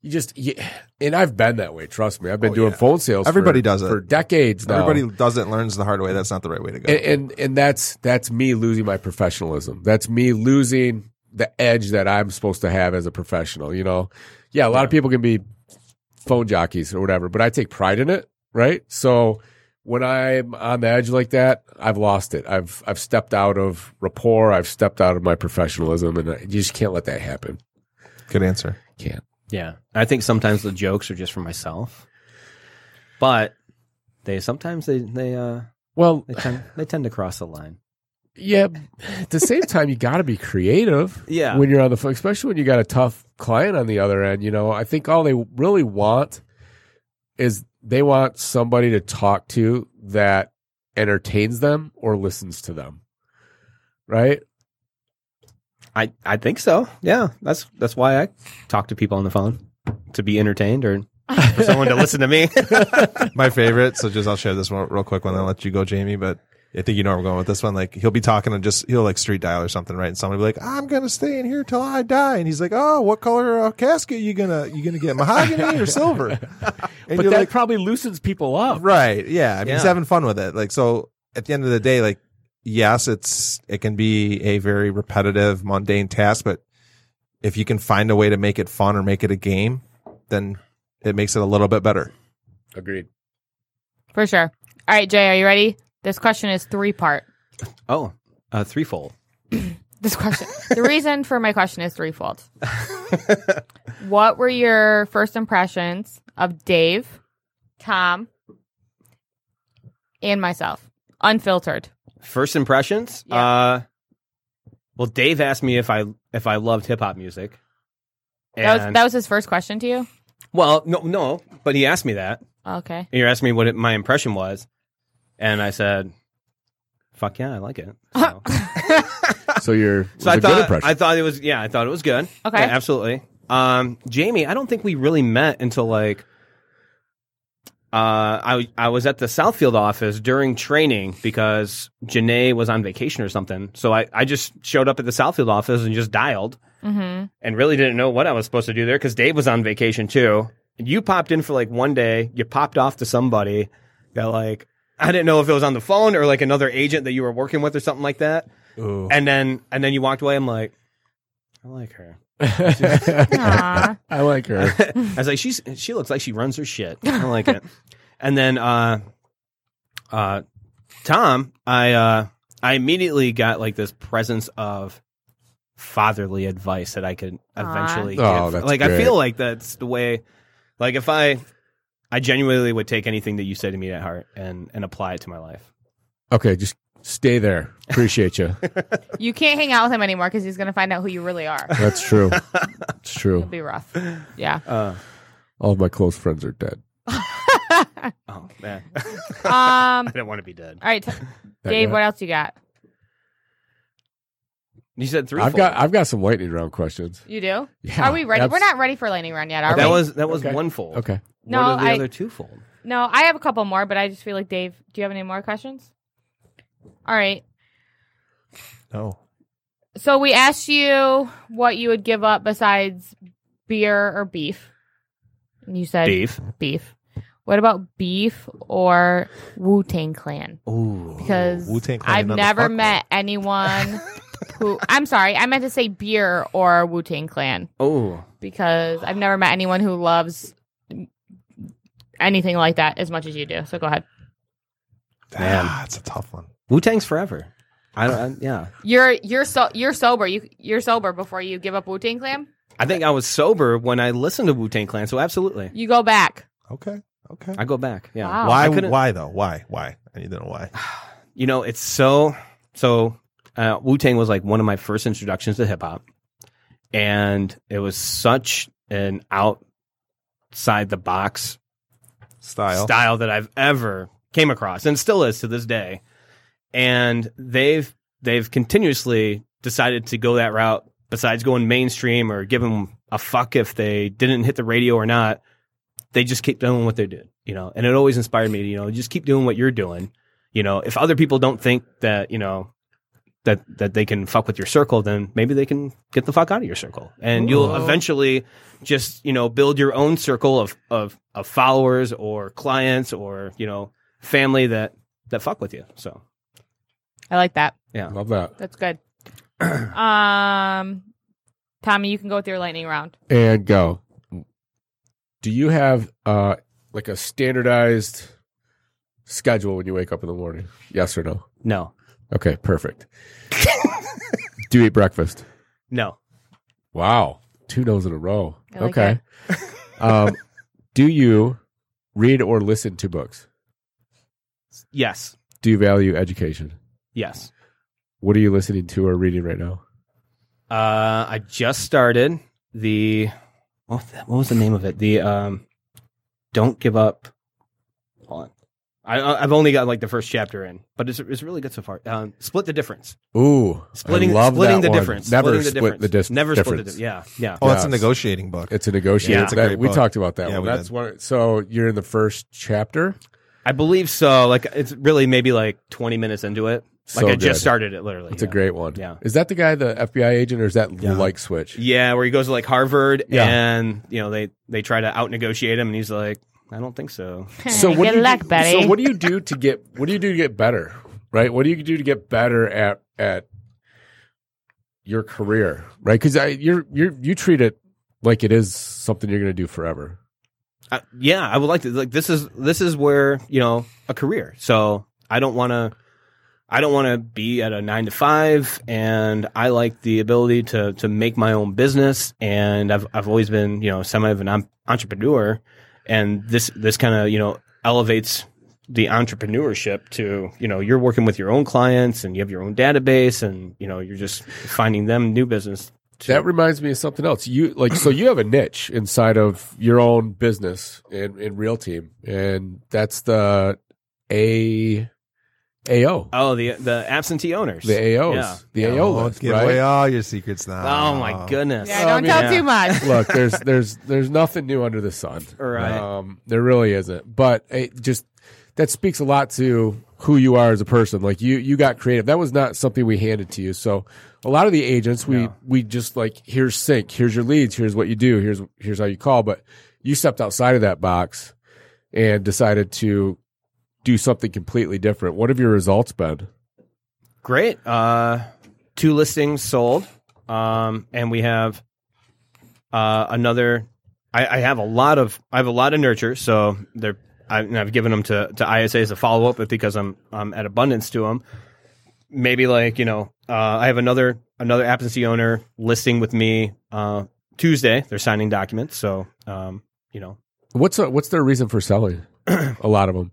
Speaker 3: you just you, and I've been that way. Trust me, I've been doing phone sales.
Speaker 2: Oh, Everybody
Speaker 3: for,
Speaker 2: does it.
Speaker 3: for decades now.
Speaker 2: Everybody does it, learns the hard way. That's not the right way to go.
Speaker 3: and, and and that's that's me losing my professionalism. That's me losing the edge that I'm supposed to have as a professional. You know, yeah, a lot of people can be phone jockeys or whatever, but I take pride in it, right? So when I'm on the edge like that, I've lost it. I've I've stepped out of rapport. I've stepped out of my professionalism, and I, you just can't let that happen.
Speaker 2: Good answer.
Speaker 3: Can't.
Speaker 5: Yeah. I think sometimes the jokes are just for myself, but they sometimes they they uh
Speaker 3: Well,
Speaker 5: they tend they tend to cross the line.
Speaker 3: yeah. At the same time, you got to be creative.
Speaker 5: Yeah.
Speaker 3: when you're on the phone, especially when you got a tough client on the other end. You know, I think all they really want is they want somebody to talk to that entertains them or listens to them, right?
Speaker 5: I I think so. Yeah. That's that's why I talk to people on the phone to be entertained or for someone to listen to me.
Speaker 2: my favorite. So just I'll share this one real quick one. I'll let you go, Jamie. But I think you know where I'm going with this one. Like he'll be talking and just he'll like street dial or something, right? And somebody will be like, "I'm gonna stay in here till I die," and he's like, "Oh, what color uh, casket you gonna you gonna get mahogany or silver?" And
Speaker 3: But
Speaker 2: you're
Speaker 3: that
Speaker 2: like,
Speaker 3: probably loosens people up.
Speaker 2: right? Yeah, I mean, he's
Speaker 5: Yeah.
Speaker 2: having fun with it. Like so, at the end of the day, like yes, it's it can be a very repetitive, mundane task, but if you can find a way to make it fun or make it a game, then it makes it a little bit better.
Speaker 3: Agreed.
Speaker 4: For sure. All right, Jay, are you ready? This question is three part.
Speaker 5: oh, uh threefold.
Speaker 4: this question. the reason for my question is threefold. what were your first impressions of Dave, Tom, and myself? Unfiltered.
Speaker 5: First impressions?
Speaker 4: Yeah.
Speaker 5: Uh well Dave asked me if I if I loved hip hop music.
Speaker 4: That was,
Speaker 5: And-
Speaker 4: that was his first question to you?
Speaker 5: well, no no, but he asked me that.
Speaker 4: Okay.
Speaker 5: and you're asking me what it, my impression was, and I said, "Fuck yeah, I like it." So,
Speaker 3: So you're
Speaker 5: So
Speaker 3: I
Speaker 5: I
Speaker 3: good
Speaker 5: thought
Speaker 3: impression.
Speaker 5: I thought it was yeah, I thought it was good.
Speaker 4: Okay.
Speaker 5: Yeah, absolutely. Um, Jamie, I don't think we really met until like. Uh, I I was at the Southfield office during training because Janae was on vacation or something. So I, I just showed up at the Southfield office and just dialed
Speaker 4: Mm-hmm.
Speaker 5: and really didn't know what I was supposed to do there because Dave was on vacation too. And you popped in for like one day. You popped off to somebody that like I didn't know if it was on the phone or like another agent that you were working with or something like that.
Speaker 2: Ooh.
Speaker 5: And then and then you walked away. I'm like, I like her.
Speaker 4: Aww.
Speaker 3: I like her.
Speaker 5: I was like, she's she looks like she runs her shit. I like it. And then uh, uh, Tom, I uh, I immediately got like this presence of fatherly advice that I could
Speaker 4: Aw.
Speaker 5: eventually
Speaker 3: Oh,
Speaker 5: give.
Speaker 3: that's
Speaker 5: like I
Speaker 3: great.
Speaker 5: feel like that's the way. Like if I, I genuinely would take anything that you said to me at heart and and apply it to my life.
Speaker 3: Okay, just stay there. Appreciate you.
Speaker 4: You can't hang out with him anymore because he's gonna find out who you really are.
Speaker 3: That's true. It's
Speaker 4: It'll
Speaker 3: true.
Speaker 4: be rough. Yeah.
Speaker 5: Uh,
Speaker 3: All of my close friends are dead.
Speaker 5: oh man,
Speaker 4: Um.
Speaker 5: I don't want to be dead.
Speaker 4: All right, t-
Speaker 3: That
Speaker 4: Dave.
Speaker 3: guy.
Speaker 4: What else you got?
Speaker 5: You said 3
Speaker 3: I've got I've got some lightning round questions.
Speaker 4: You do?
Speaker 3: Yeah,
Speaker 4: are we ready?
Speaker 3: abs-
Speaker 4: We're not ready for lightning round yet, are
Speaker 5: that
Speaker 4: we?
Speaker 5: was that was
Speaker 3: Okay.
Speaker 5: one fold.
Speaker 3: Okay.
Speaker 4: No,
Speaker 5: what are the
Speaker 4: I-
Speaker 5: other two fold?
Speaker 4: no, I have a couple more, but I just feel like Dave. Do you have any more questions? All right.
Speaker 3: Oh,
Speaker 2: No.
Speaker 4: So we asked you what you would give up besides beer or beef. And you said beef.
Speaker 5: Beef.
Speaker 4: What about beef or Wu Tang Clan?
Speaker 5: Ooh.
Speaker 4: Because
Speaker 2: Wu-Tang Clan
Speaker 4: I've
Speaker 2: another
Speaker 4: never
Speaker 2: fuck
Speaker 4: met anyone who. I'm sorry, I meant to say beer or Wu Tang Clan.
Speaker 5: Oh.
Speaker 4: because I've never met anyone who loves anything like that as much as you do. So go ahead.
Speaker 5: Damn.
Speaker 2: Ah, it's a tough one.
Speaker 5: Wu Tang's forever. I don't. I, yeah.
Speaker 4: You're you're so you're sober. You you're sober before you give up Wu Tang Clan.
Speaker 5: I think I was sober when I listened to Wu Tang Clan, so absolutely.
Speaker 4: You go back.
Speaker 2: Okay. Okay.
Speaker 5: I go back. Yeah.
Speaker 4: Wow.
Speaker 2: why?
Speaker 5: I couldn't-
Speaker 2: Why though? Why? Why? I need to know why.
Speaker 5: You know, it's so so uh, Wu Tang was like one of my first introductions to hip hop. And it was such an outside the box
Speaker 2: Style.
Speaker 5: style that I've ever came across and still is to this day. And they've they've continuously decided to go that route besides going mainstream or give them a fuck if they didn't hit the radio or not. They just keep doing what they did, you know. And it always inspired me to, you know, just keep doing what you're doing. You know, if other people don't think that, you know, that that they can fuck with your circle, then maybe they can get the fuck out of your circle. And you'll
Speaker 4: Ooh.
Speaker 5: eventually just, you know, build your own circle of of of followers or clients or, you know, family that that fuck with you. So,
Speaker 4: I like that.
Speaker 5: yeah.
Speaker 3: Love that.
Speaker 4: That's good. um, Tommy, you can go with your lightning round.
Speaker 3: and go. Do you have uh like a standardized schedule when you wake up in the morning? Yes or no?
Speaker 5: No.
Speaker 3: Okay, perfect. Do you eat breakfast?
Speaker 5: No.
Speaker 3: Wow. Two no's in a row.
Speaker 4: I like
Speaker 3: okay. um do you read or listen to books?
Speaker 5: Yes.
Speaker 3: Do you value education?
Speaker 5: Yes.
Speaker 3: What are you listening to or reading right now?
Speaker 5: Uh, I just started the what, was the- what was the name of it? The um, don't give up. Hold on, I, I- I've only got like the first chapter in, but it's it's really good so far. Um, split the difference.
Speaker 3: Ooh, I
Speaker 5: Splitting
Speaker 3: love
Speaker 5: splitting
Speaker 3: that
Speaker 5: the
Speaker 3: one.
Speaker 5: difference.
Speaker 3: Never
Speaker 5: splitting
Speaker 3: split the dis-
Speaker 5: Never split the
Speaker 3: difference.
Speaker 5: di- Yeah, yeah.
Speaker 2: Oh, that's a
Speaker 3: Yes.
Speaker 2: negotiation book.
Speaker 3: It's a negotiation.
Speaker 5: Yeah, it's
Speaker 2: a
Speaker 3: uh, That-
Speaker 2: great
Speaker 3: we
Speaker 2: book.
Speaker 3: talked about that
Speaker 2: Yeah,
Speaker 3: one.
Speaker 2: we
Speaker 3: That's
Speaker 2: did.
Speaker 3: one. So you're in the first chapter.
Speaker 5: I believe so. Like it's really maybe like twenty minutes into it. Like
Speaker 3: So
Speaker 5: I just
Speaker 3: good.
Speaker 5: started it literally.
Speaker 3: It's
Speaker 5: yeah.
Speaker 3: a great one.
Speaker 5: Yeah.
Speaker 3: Is that the guy, the FBI agent, or is that
Speaker 2: Yeah.
Speaker 3: like switch?
Speaker 5: Yeah, where he goes to like Harvard
Speaker 3: Yeah.
Speaker 5: and you know they they try to out negotiate him, and he's like, I don't think so.
Speaker 3: what
Speaker 4: good
Speaker 3: do you
Speaker 4: luck,
Speaker 3: do,
Speaker 4: buddy.
Speaker 3: So what do you do to get? What do you do to get better? Right? What do you do to get better at at your career? Right? Because I you're you you treat it like it is something you're going to do forever.
Speaker 5: I, yeah, I would like to. Like this is this is where you know a career. So I don't want to. I don't want to be at a nine to five, and I like the ability to to make my own business. And I've I've always been you know semi of an en- entrepreneur, and this this kind of you know elevates the entrepreneurship to you know you're working with your own clients and you have your own database and you know you're just finding them new business. To,
Speaker 3: That reminds me of something else. You like so you have a niche inside of your own business in in real team, and that's the a AO.
Speaker 5: oh the the absentee owners
Speaker 3: The AOs,
Speaker 5: Yeah.
Speaker 3: the
Speaker 2: Yeah,
Speaker 3: AO
Speaker 2: well,
Speaker 3: list,
Speaker 2: give
Speaker 3: right?
Speaker 2: away all your secrets now.
Speaker 5: Oh my goodness!
Speaker 4: yeah,
Speaker 3: Oh,
Speaker 4: don't
Speaker 3: I mean-
Speaker 4: tell
Speaker 5: yeah.
Speaker 4: too much.
Speaker 3: Look, there's there's there's nothing new under the sun.
Speaker 5: Right.
Speaker 3: Um, there really isn't. But it just that speaks a lot to who you are as a person. Like you you got creative. That was not something we handed to you. So a lot of the agents we we just like here's sync, here's your leads, here's what you do, here's here's how you call. But you stepped outside of that box and decided to do something completely different. What have your results been?
Speaker 5: Great. Uh, two listings sold. Um, and we have uh, another. I, I have a lot of I have a lot of nurture, so they're I, and I've given them to, to ISA as a follow up, but because I'm I'm at abundance to them, maybe like you know uh, I have another another absentee owner listing with me uh, Tuesday. They're signing documents, so um, you know
Speaker 3: What's a, what's their reason for selling? a lot of them.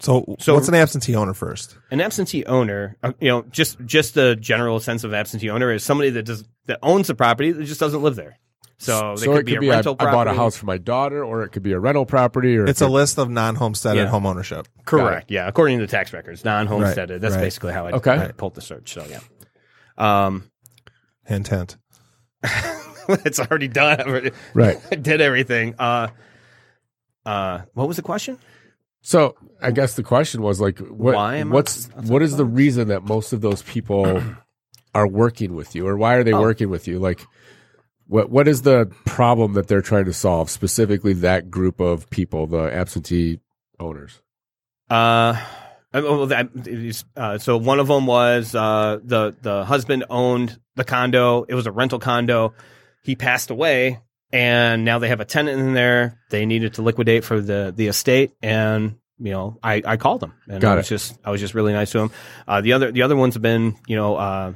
Speaker 2: So,
Speaker 5: So-
Speaker 2: what's an absentee owner first?
Speaker 5: an absentee owner, uh, you know, just just the general sense of absentee owner is somebody that does that owns the property that just doesn't live there. So they
Speaker 3: so
Speaker 5: could,
Speaker 3: it
Speaker 5: be
Speaker 3: could
Speaker 5: a
Speaker 3: be, I
Speaker 5: rental
Speaker 3: I
Speaker 5: property.
Speaker 3: bought a house for my daughter, or it could be a rental property, or
Speaker 2: It's a list of non-homesteaded
Speaker 5: Yeah.
Speaker 2: home ownership.
Speaker 5: Correct. Yeah, according to the tax records, non-homesteaded.
Speaker 2: Right,
Speaker 5: That's
Speaker 2: right.
Speaker 5: basically how I,
Speaker 3: Okay.
Speaker 5: I pulled the search. So yeah, um,
Speaker 2: Hint, hint.
Speaker 5: it's already done. I already
Speaker 3: right.
Speaker 5: did everything. Uh, uh, what was the question?
Speaker 3: So I guess the question was like, what,
Speaker 5: Why am I-
Speaker 3: what's what is the reason that most of those people are working with you, or why
Speaker 5: Oh.
Speaker 3: are they working with you? Like, what what is the problem that they're trying to solve specifically? That group of people, the absentee owners.
Speaker 5: Uh, I- well, that is- uh, so one of them was uh, the the husband owned the condo. It was a rental condo. He passed away, and now they have a tenant in there. They needed to liquidate for the the estate, and you know, I, I called them, and
Speaker 3: Got
Speaker 5: I was just I was just really nice to him. Uh, the other the other ones have been you know uh,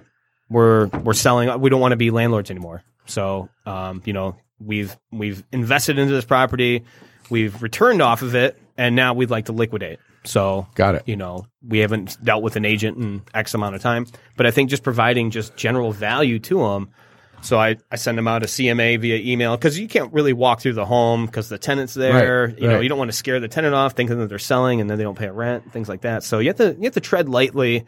Speaker 5: we're we're selling. We don't want to be landlords anymore. So um, you know we've we've invested into this property. We've returned off of it, and now we'd like to liquidate. So
Speaker 3: Got it.
Speaker 5: you know, we haven't dealt with an agent in X amount of time. But I think just providing just general value to them. So I, I send them out a CMA via email because you can't really walk through the home because the tenant's there.
Speaker 3: Right,
Speaker 5: you know,
Speaker 3: right.
Speaker 5: you don't want to scare the tenant off thinking that they're selling and then they don't pay rent, things like that. So you have to you have to tread lightly,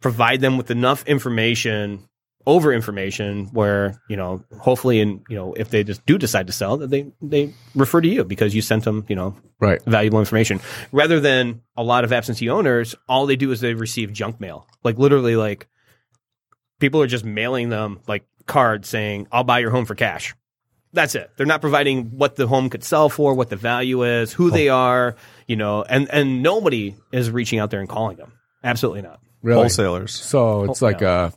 Speaker 5: provide them with enough information, over information where, you know, hopefully and you know, if they just do decide to sell, that they they refer to you because you sent them, you know,
Speaker 3: Right.
Speaker 5: valuable information rather than a lot of absentee owners all they do is they receive junk mail like literally like people are just mailing them like cards saying i'll buy your home for cash that's it they're not providing what the home could sell for what the value is who they are you know and and nobody is reaching out there and calling them absolutely not
Speaker 3: Really.
Speaker 2: Wholesalers.
Speaker 3: So it's like a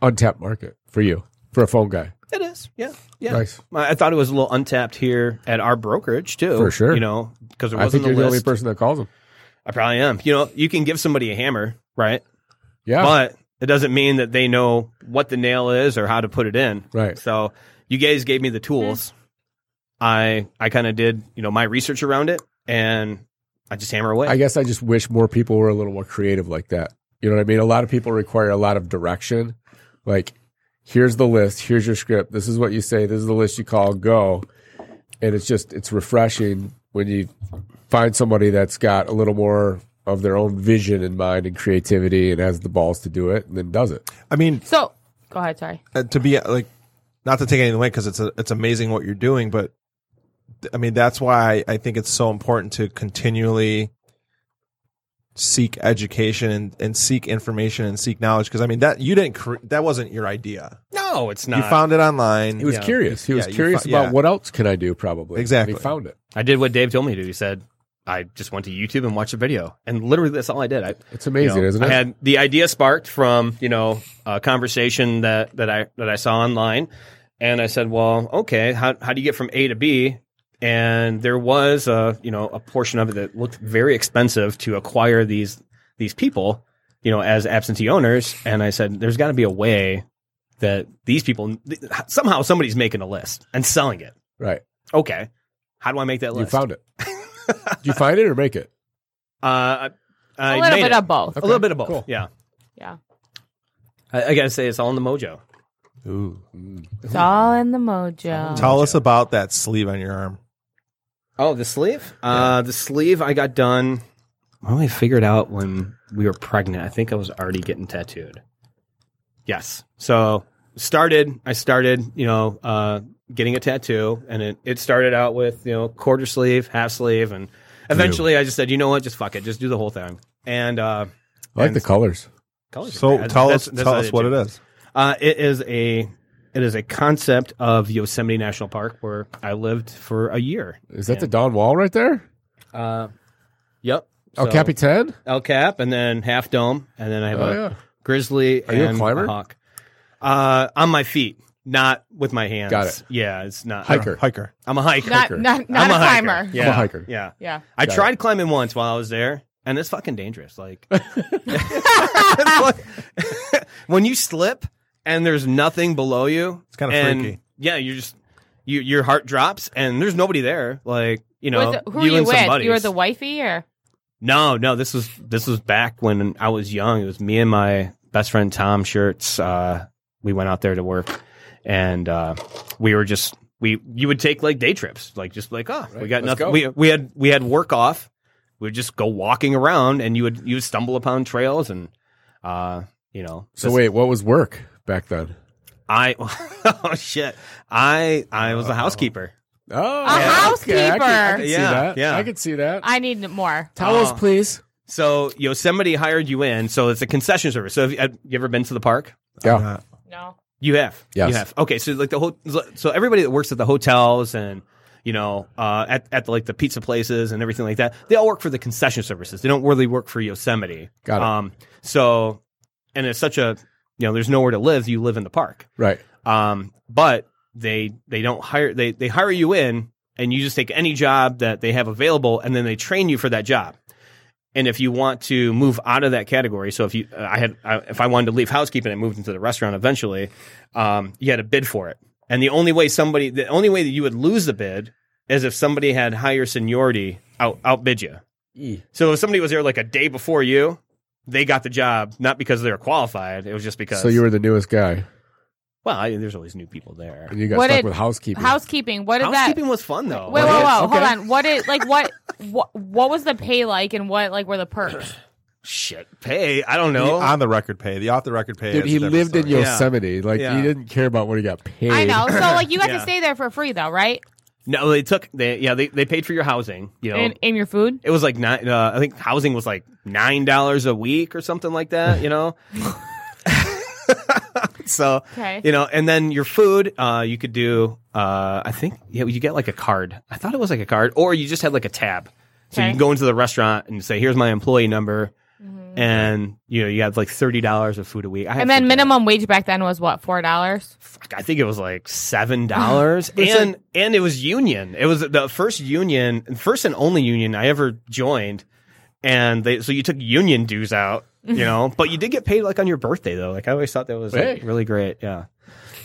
Speaker 3: untapped market for you for a phone guy.
Speaker 5: it is yeah yeah
Speaker 3: Nice.
Speaker 5: I I thought it was a little untapped here at our brokerage too.
Speaker 3: For sure.
Speaker 5: you know, because it
Speaker 3: I
Speaker 5: wasn't
Speaker 3: think you're
Speaker 5: the
Speaker 3: the only
Speaker 5: list.
Speaker 3: person that calls him.
Speaker 5: I probably am. You know, you can give somebody a hammer, right?
Speaker 3: Yeah.
Speaker 5: but it doesn't mean that they know what the nail is or how to put it in.
Speaker 3: Right.
Speaker 5: So you guys gave me the tools. I I kind of did you know my research around it, and I just hammer away.
Speaker 3: I guess I just wish more people were a little more creative like that. You know what I mean? A lot of people require a lot of direction. Like, here's the list, here's your script, this is what you say, this is the list you call, go. And it's just, it's refreshing when you find somebody that's got a little more of their own vision in mind and creativity and has the balls to do it and then does it.
Speaker 2: I mean,
Speaker 4: So go ahead. Sorry.
Speaker 2: uh, to be uh, like not to take anything away because it's a, it's amazing what you're doing but th- i mean that's why i think it's so important to continually seek education and, and seek information and seek knowledge because i mean that you didn't cre- that wasn't your idea
Speaker 5: no, it's
Speaker 2: you
Speaker 5: not.
Speaker 2: found it online
Speaker 3: He was
Speaker 5: Yeah.
Speaker 3: curious. He was
Speaker 2: Yeah, you
Speaker 3: curious
Speaker 2: fi-
Speaker 3: about
Speaker 2: yeah.
Speaker 3: what else can I do, probably.
Speaker 2: Exactly.
Speaker 3: And he found it.
Speaker 5: I did what Dave told me to do. He said I just went to YouTube and watched a video, and literally that's all I did. I,
Speaker 3: It's amazing,
Speaker 5: you know,
Speaker 3: isn't it?
Speaker 5: I had the idea sparked from you know a conversation that that I that I saw online, and I said, well, okay, how how do you get from A to B? And there was a you know a portion of it that looked very expensive to acquire these these people, you know, as absentee owners. And I said, there's got to be a way that these people somehow somebody's making a list and selling it.
Speaker 3: right.
Speaker 5: Okay, how do I make that
Speaker 3: You
Speaker 5: list?
Speaker 3: found it. Did you find it or make it?
Speaker 5: uh, I, I
Speaker 4: a little
Speaker 5: made
Speaker 4: bit
Speaker 5: it.
Speaker 4: of both.
Speaker 5: a little bit of both.
Speaker 3: cool.
Speaker 5: Yeah,
Speaker 4: Yeah.
Speaker 5: I, I got to say it's all in the mojo.
Speaker 3: Ooh. Mm.
Speaker 4: It's all in the mojo.
Speaker 2: tell us about that sleeve on your arm
Speaker 5: Oh, the sleeve? Uh, the sleeve I got done. Well, I figured out when we were pregnant. I think I was already getting tattooed. Yes. So started. I started. You know, uh, getting a tattoo, and it, it started out with you know quarter sleeve, half sleeve, and eventually I just said, you know what, just fuck it, just do the whole thing. And uh,
Speaker 3: I like the colors.
Speaker 5: colors.
Speaker 2: so
Speaker 5: That's-
Speaker 2: tell
Speaker 5: that's-
Speaker 2: us
Speaker 5: that's
Speaker 2: tell us what
Speaker 5: I did
Speaker 2: it
Speaker 5: too.
Speaker 2: is
Speaker 5: Uh, it is a it is a concept of Yosemite National Park where I lived for a year.
Speaker 3: Is that the Don Wall right there?
Speaker 5: Uh, yep.
Speaker 3: Oh,
Speaker 5: So-
Speaker 3: Capitan?
Speaker 5: El Cap, and then half dome, and then I have
Speaker 3: Oh,
Speaker 5: a
Speaker 3: yeah.
Speaker 5: grizzly
Speaker 3: you a
Speaker 5: and
Speaker 3: climber?
Speaker 5: hawk. Uh, on my feet, not with my hands.
Speaker 3: Got it.
Speaker 5: Yeah, it's not.
Speaker 3: Hiker.
Speaker 2: hiker.
Speaker 5: I'm a hiker.
Speaker 4: Not, not, not
Speaker 5: I'm
Speaker 4: a,
Speaker 5: a hiker.
Speaker 4: climber.
Speaker 5: Yeah.
Speaker 3: I'm a hiker.
Speaker 5: yeah.
Speaker 4: Yeah.
Speaker 5: I
Speaker 3: Got
Speaker 5: tried climbing once while I was there, and it's fucking dangerous. Like, It's like- when you slip and there's nothing below you,
Speaker 2: It's kinda
Speaker 5: and-
Speaker 2: freaky.
Speaker 5: Yeah, you just you your heart drops, and there's nobody there. Like, you know,
Speaker 4: Was it- who were you,
Speaker 5: and some
Speaker 4: with?
Speaker 5: buddies.
Speaker 4: You were the wifey or?
Speaker 5: No, no, this was this was back when I was young. It was me and my best friend Tom Shirts. Uh, we went out there to work, and uh, we were just we you would take like day trips, like just like oh we
Speaker 3: Right,
Speaker 5: got
Speaker 3: let's
Speaker 5: nothing.
Speaker 3: go.
Speaker 5: We we had we had work off. We would just go walking around, and you would you would stumble upon trails, and uh, you know.
Speaker 3: So
Speaker 5: this-
Speaker 3: wait, what was work back then?
Speaker 5: I oh shit, I I
Speaker 3: Uh-huh.
Speaker 5: was a housekeeper.
Speaker 3: Oh,
Speaker 4: housekeeper.
Speaker 3: I can, I can see
Speaker 5: Yeah,
Speaker 3: that.
Speaker 5: yeah.
Speaker 3: I can see that.
Speaker 4: I need more.
Speaker 5: Towels,
Speaker 3: please.
Speaker 5: So Yosemite hired you in, so it's a concession service. So have you, have you ever been to the park?
Speaker 3: Yeah.
Speaker 2: Uh,
Speaker 4: No.
Speaker 5: You have.
Speaker 3: Yes.
Speaker 5: You have. Okay, so like the whole so everybody that works at the hotels and you know, uh, at at like the pizza places and everything like that, they all work for the concession services. They don't really work for Yosemite.
Speaker 3: Got it.
Speaker 5: Um so and it's such a you know, there's nowhere to live, you live in the park.
Speaker 3: Right.
Speaker 5: Um but they they don't hire they they hire you in and you just take any job that they have available and then they train you for that job. And if you want to move out of that category, so if you, uh, I had, I, if I wanted to leave housekeeping and moved into the restaurant eventually, um, you had to bid for it. And the only way somebody, the only way that you would lose the bid is if somebody had higher seniority out, outbid you. So if somebody was there like a day before you, they got the job not because they were qualified. It was just because.
Speaker 3: So you were the newest guy,
Speaker 5: well. I, there's always new people there.
Speaker 3: and you got
Speaker 4: What
Speaker 3: stuck
Speaker 4: did-
Speaker 3: with housekeeping.
Speaker 4: Housekeeping. What did that?
Speaker 5: Housekeeping was fun though.
Speaker 4: Wait, whoa,
Speaker 5: Like,
Speaker 4: whoa,
Speaker 3: Okay.
Speaker 4: hold on. What did like what, what what was the pay like and what like were the perks?
Speaker 5: Shit, pay. I don't know.
Speaker 2: On the record pay, the off the record pay. is
Speaker 3: Dude,
Speaker 2: a
Speaker 3: he
Speaker 2: different
Speaker 3: lived in
Speaker 2: story.
Speaker 3: Yosemite. Like
Speaker 5: Yeah.
Speaker 3: he didn't care about what he got paid.
Speaker 4: I know. So like you got to
Speaker 5: Yeah.
Speaker 4: stay there for free though, right?
Speaker 5: no, they took. They yeah, they, they paid for your housing. You know,
Speaker 4: And in your food.
Speaker 5: it was like nine. Uh, I think housing was like nine dollars a week or something like that. You know. so
Speaker 4: Okay.
Speaker 5: you know, and then your food, uh, you could do. Uh, I think yeah, you get like a card. I thought it was like a card, or you just had like a tab. So you
Speaker 4: Okay.
Speaker 5: can go into the restaurant and say, "Here's my employee number," and you know you have like thirty dollars of food a week. I
Speaker 4: Mm-hmm. and then
Speaker 5: forget.
Speaker 4: minimum wage back then was what four dollars.
Speaker 5: Fuck, I think it was like seven dollars, and and it was union. It was the first union, first and only union I ever joined, and they so you took union dues out, you know, but you did get paid like on your birthday though. Like I always thought that was like,
Speaker 3: Hey.
Speaker 5: really great, yeah.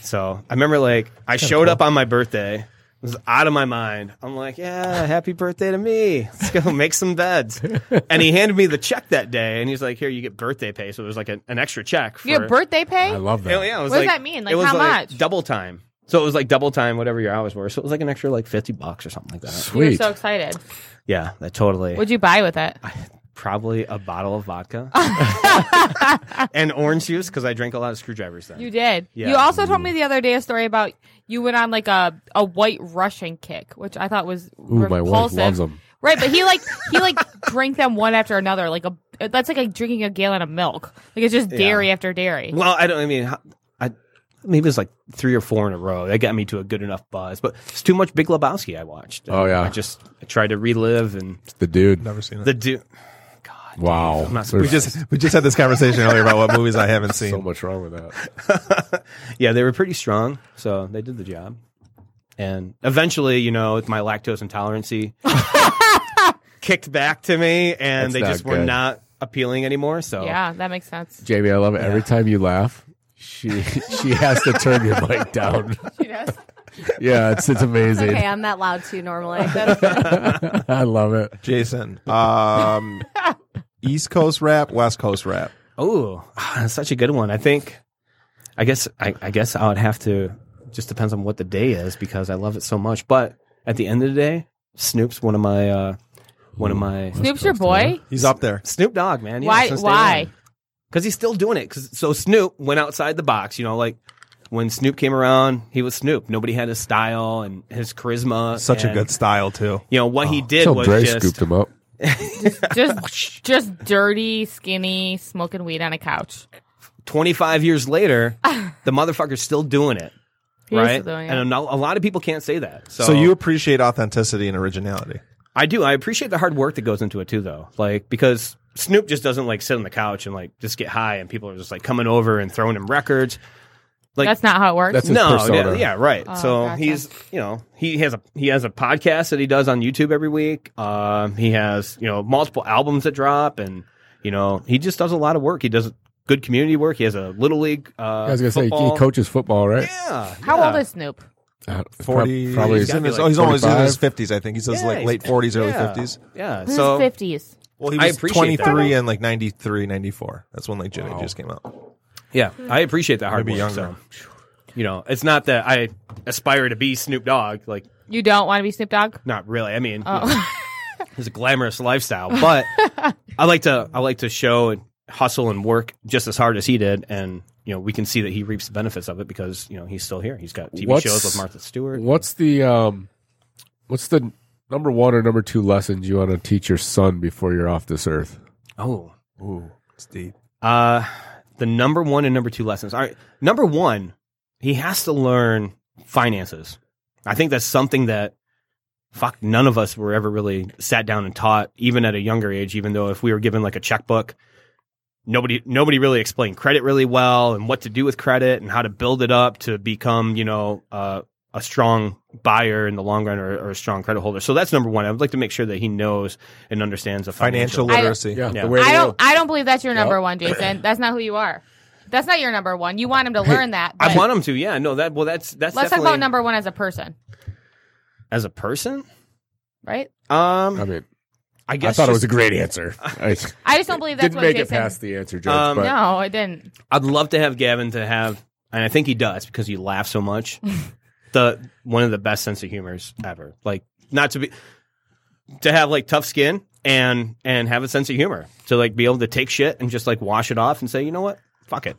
Speaker 5: So I remember like I showed up on my birthday. Was out of my mind. I'm like, yeah, happy birthday to me. Let's go make some beds. and he handed me the check that day, and he's like, here, you get birthday pay. So it was like an, an extra check. For,
Speaker 4: Your birthday pay.
Speaker 3: I love that.
Speaker 5: yeah, yeah, it was
Speaker 4: What does
Speaker 5: like-
Speaker 4: that mean?
Speaker 5: it
Speaker 4: Like,
Speaker 5: was
Speaker 4: how much?
Speaker 5: Double time. So it was like double time, whatever your hours were. So it was like an extra like fifty bucks or something like that.
Speaker 4: you were
Speaker 3: Sweet.
Speaker 4: so excited.
Speaker 5: Yeah, that totally.
Speaker 4: What'd you buy with it?
Speaker 5: Probably a bottle of vodka and orange juice because I drank a lot of screwdrivers then.
Speaker 4: You did.
Speaker 5: Yeah.
Speaker 4: You also told me the other day a story about you went on like a, a white Russian kick, which I thought was
Speaker 3: Ooh,
Speaker 4: repulsive.
Speaker 3: my wife loves them.
Speaker 4: Right, but he like he like drank them one after another. Like a that's like, like drinking a gallon of milk. Like it's just dairy after dairy.
Speaker 5: Well, I don't. I mean, how- I maybe it was like three or four in a row. That got me to a good enough buzz, but it's too much Big Lebowski. I watched.
Speaker 3: Oh, yeah.
Speaker 5: I just I tried to relive and
Speaker 3: The dude.
Speaker 2: Never seen it.
Speaker 5: the dude.
Speaker 3: wow.
Speaker 5: not-
Speaker 3: There's
Speaker 2: we just we just had this conversation earlier about what movies I haven't seen.
Speaker 3: so much wrong with that.
Speaker 5: Yeah, they were pretty strong, so they did the job. And eventually, you know, with my lactose intolerancy kicked back to me, and
Speaker 3: That's
Speaker 5: they
Speaker 3: not
Speaker 5: just were
Speaker 3: good.
Speaker 5: not appealing anymore. So
Speaker 4: yeah, that makes sense.
Speaker 3: Jamie, I love it. Every time you laugh, she she has to turn your mic down. Yeah, it's it's amazing.
Speaker 6: Okay, I'm that loud too normally.
Speaker 3: I love it.
Speaker 2: Jason, um, East Coast rap, West Coast rap.
Speaker 5: oh, that's such a good one. I think, I guess, I, I guess I would have to. Just depends on what the day is because I love it so much. But at the end of the day, Snoop's one of my uh, one of my
Speaker 4: Snoop's your boy.
Speaker 2: He's up there.
Speaker 5: Snoop Dogg, man. Yeah,
Speaker 4: why?
Speaker 5: since day
Speaker 4: Why?
Speaker 5: one. because he's still doing it. 'Cause- so Snoop went outside the box. You know, like when Snoop came around, he was Snoop. Nobody had his style and his charisma.
Speaker 2: Such a
Speaker 5: and,
Speaker 2: good Oh. style too.
Speaker 5: You know what he did
Speaker 3: Until
Speaker 5: was
Speaker 3: Dre
Speaker 5: just
Speaker 3: scooped him up.
Speaker 4: Just just dirty, skinny, smoking weed on a couch.
Speaker 5: 25 years later, the motherfucker's still doing it.
Speaker 4: He's
Speaker 5: right,
Speaker 4: doing it.
Speaker 5: and a, a lot of people can't say that. So,
Speaker 2: So, you appreciate authenticity and originality.
Speaker 5: I do. I appreciate the hard work that goes into it too, though. Like because Snoop just doesn't like sit on the couch and like just get high, and people are just like coming over and throwing him records. Like
Speaker 4: That's not how it works.
Speaker 3: That's his
Speaker 5: no, yeah,
Speaker 3: persona.
Speaker 5: yeah, right.
Speaker 4: Oh,
Speaker 5: so
Speaker 4: gotcha.
Speaker 5: he's, you know, he has a he has a podcast that he does on YouTube every week. Um, he has, you know, multiple albums that drop, and you know, he just does a lot of work. He does good community work. He has a little league. Uh,
Speaker 3: I was gonna say
Speaker 5: football.
Speaker 3: he coaches football, right?
Speaker 5: Yeah.
Speaker 4: how
Speaker 5: yeah.
Speaker 4: old is Snoop?
Speaker 3: Uh, prob-
Speaker 2: Forty.
Speaker 3: Probably.
Speaker 2: he's in
Speaker 5: gotta
Speaker 2: his,
Speaker 5: be like
Speaker 2: oh, he's always in
Speaker 3: 45.
Speaker 2: his fifties. I think he says
Speaker 5: Yeah,
Speaker 2: like
Speaker 5: he's-
Speaker 2: late forties, early
Speaker 5: yeah.
Speaker 2: fifties.
Speaker 5: Yeah.
Speaker 4: This
Speaker 5: So
Speaker 4: is fifties.
Speaker 2: Well, he
Speaker 5: I
Speaker 2: was
Speaker 5: appreciate
Speaker 2: twenty
Speaker 5: that.
Speaker 2: three and like 93, 94. That's when like Jimmy
Speaker 3: Wow.
Speaker 2: just came out.
Speaker 5: yeah, I appreciate that hard
Speaker 2: Maybe
Speaker 5: work.
Speaker 2: younger.
Speaker 5: So, you know, it's not that I aspire to be Snoop Dogg. Like,
Speaker 4: You don't want to be Snoop Dogg? Oh.
Speaker 5: not really. I mean, you know, it's a glamorous lifestyle, but I like to I like to show and hustle and work just as hard as he did, and you know we can see that he reaps the benefits of it because you know he's still here. He's got TV
Speaker 3: What's-
Speaker 5: shows with Martha Stewart.
Speaker 3: What's the um, what's the number one or number two lessons you want to teach your son before you're off this earth?
Speaker 5: Oh,
Speaker 2: Ooh, it's deep.
Speaker 5: uh, the number one and number two lessons. All right, number one, he has to learn finances. I think that's something that fuck none of us were ever really sat down and taught, even at a younger age. Even though if we were given like a checkbook, nobody nobody really explained credit really well and what to do with credit and how to build it up to become you know uh, a strong buyer in the long run or, or a strong credit holder. So that's number one. I would like to make sure that he knows and understands the
Speaker 2: Financial
Speaker 5: financial.
Speaker 2: literacy.
Speaker 5: Yeah.
Speaker 3: the way
Speaker 4: I
Speaker 3: to
Speaker 4: don't.
Speaker 3: go.
Speaker 4: I don't believe that's your number
Speaker 3: Nope.
Speaker 4: one, Jason. That's not who you are. That's not your number one. You want him to learn that. But
Speaker 5: I want him to, yeah. No, that well, that's that's.
Speaker 4: let's talk
Speaker 5: definitely,
Speaker 4: about number one as a person,
Speaker 5: as a person.
Speaker 4: right?
Speaker 5: Um,
Speaker 3: I mean,
Speaker 5: I
Speaker 3: I
Speaker 5: guess
Speaker 3: thought it was
Speaker 5: just-
Speaker 3: a great answer. I
Speaker 4: I just don't believe that's
Speaker 3: didn't
Speaker 4: what
Speaker 3: make it
Speaker 4: Jason.
Speaker 3: past the answer, Judge.
Speaker 5: Um,
Speaker 3: but
Speaker 4: no, it didn't.
Speaker 5: I'd love to have Gavin to have, and I think he does because you laugh so much. the one of the best sense of humors ever. Like not to be to have like tough skin and and have a sense of humor to like be able to take shit and just like wash it off and say, you know what, fuck it,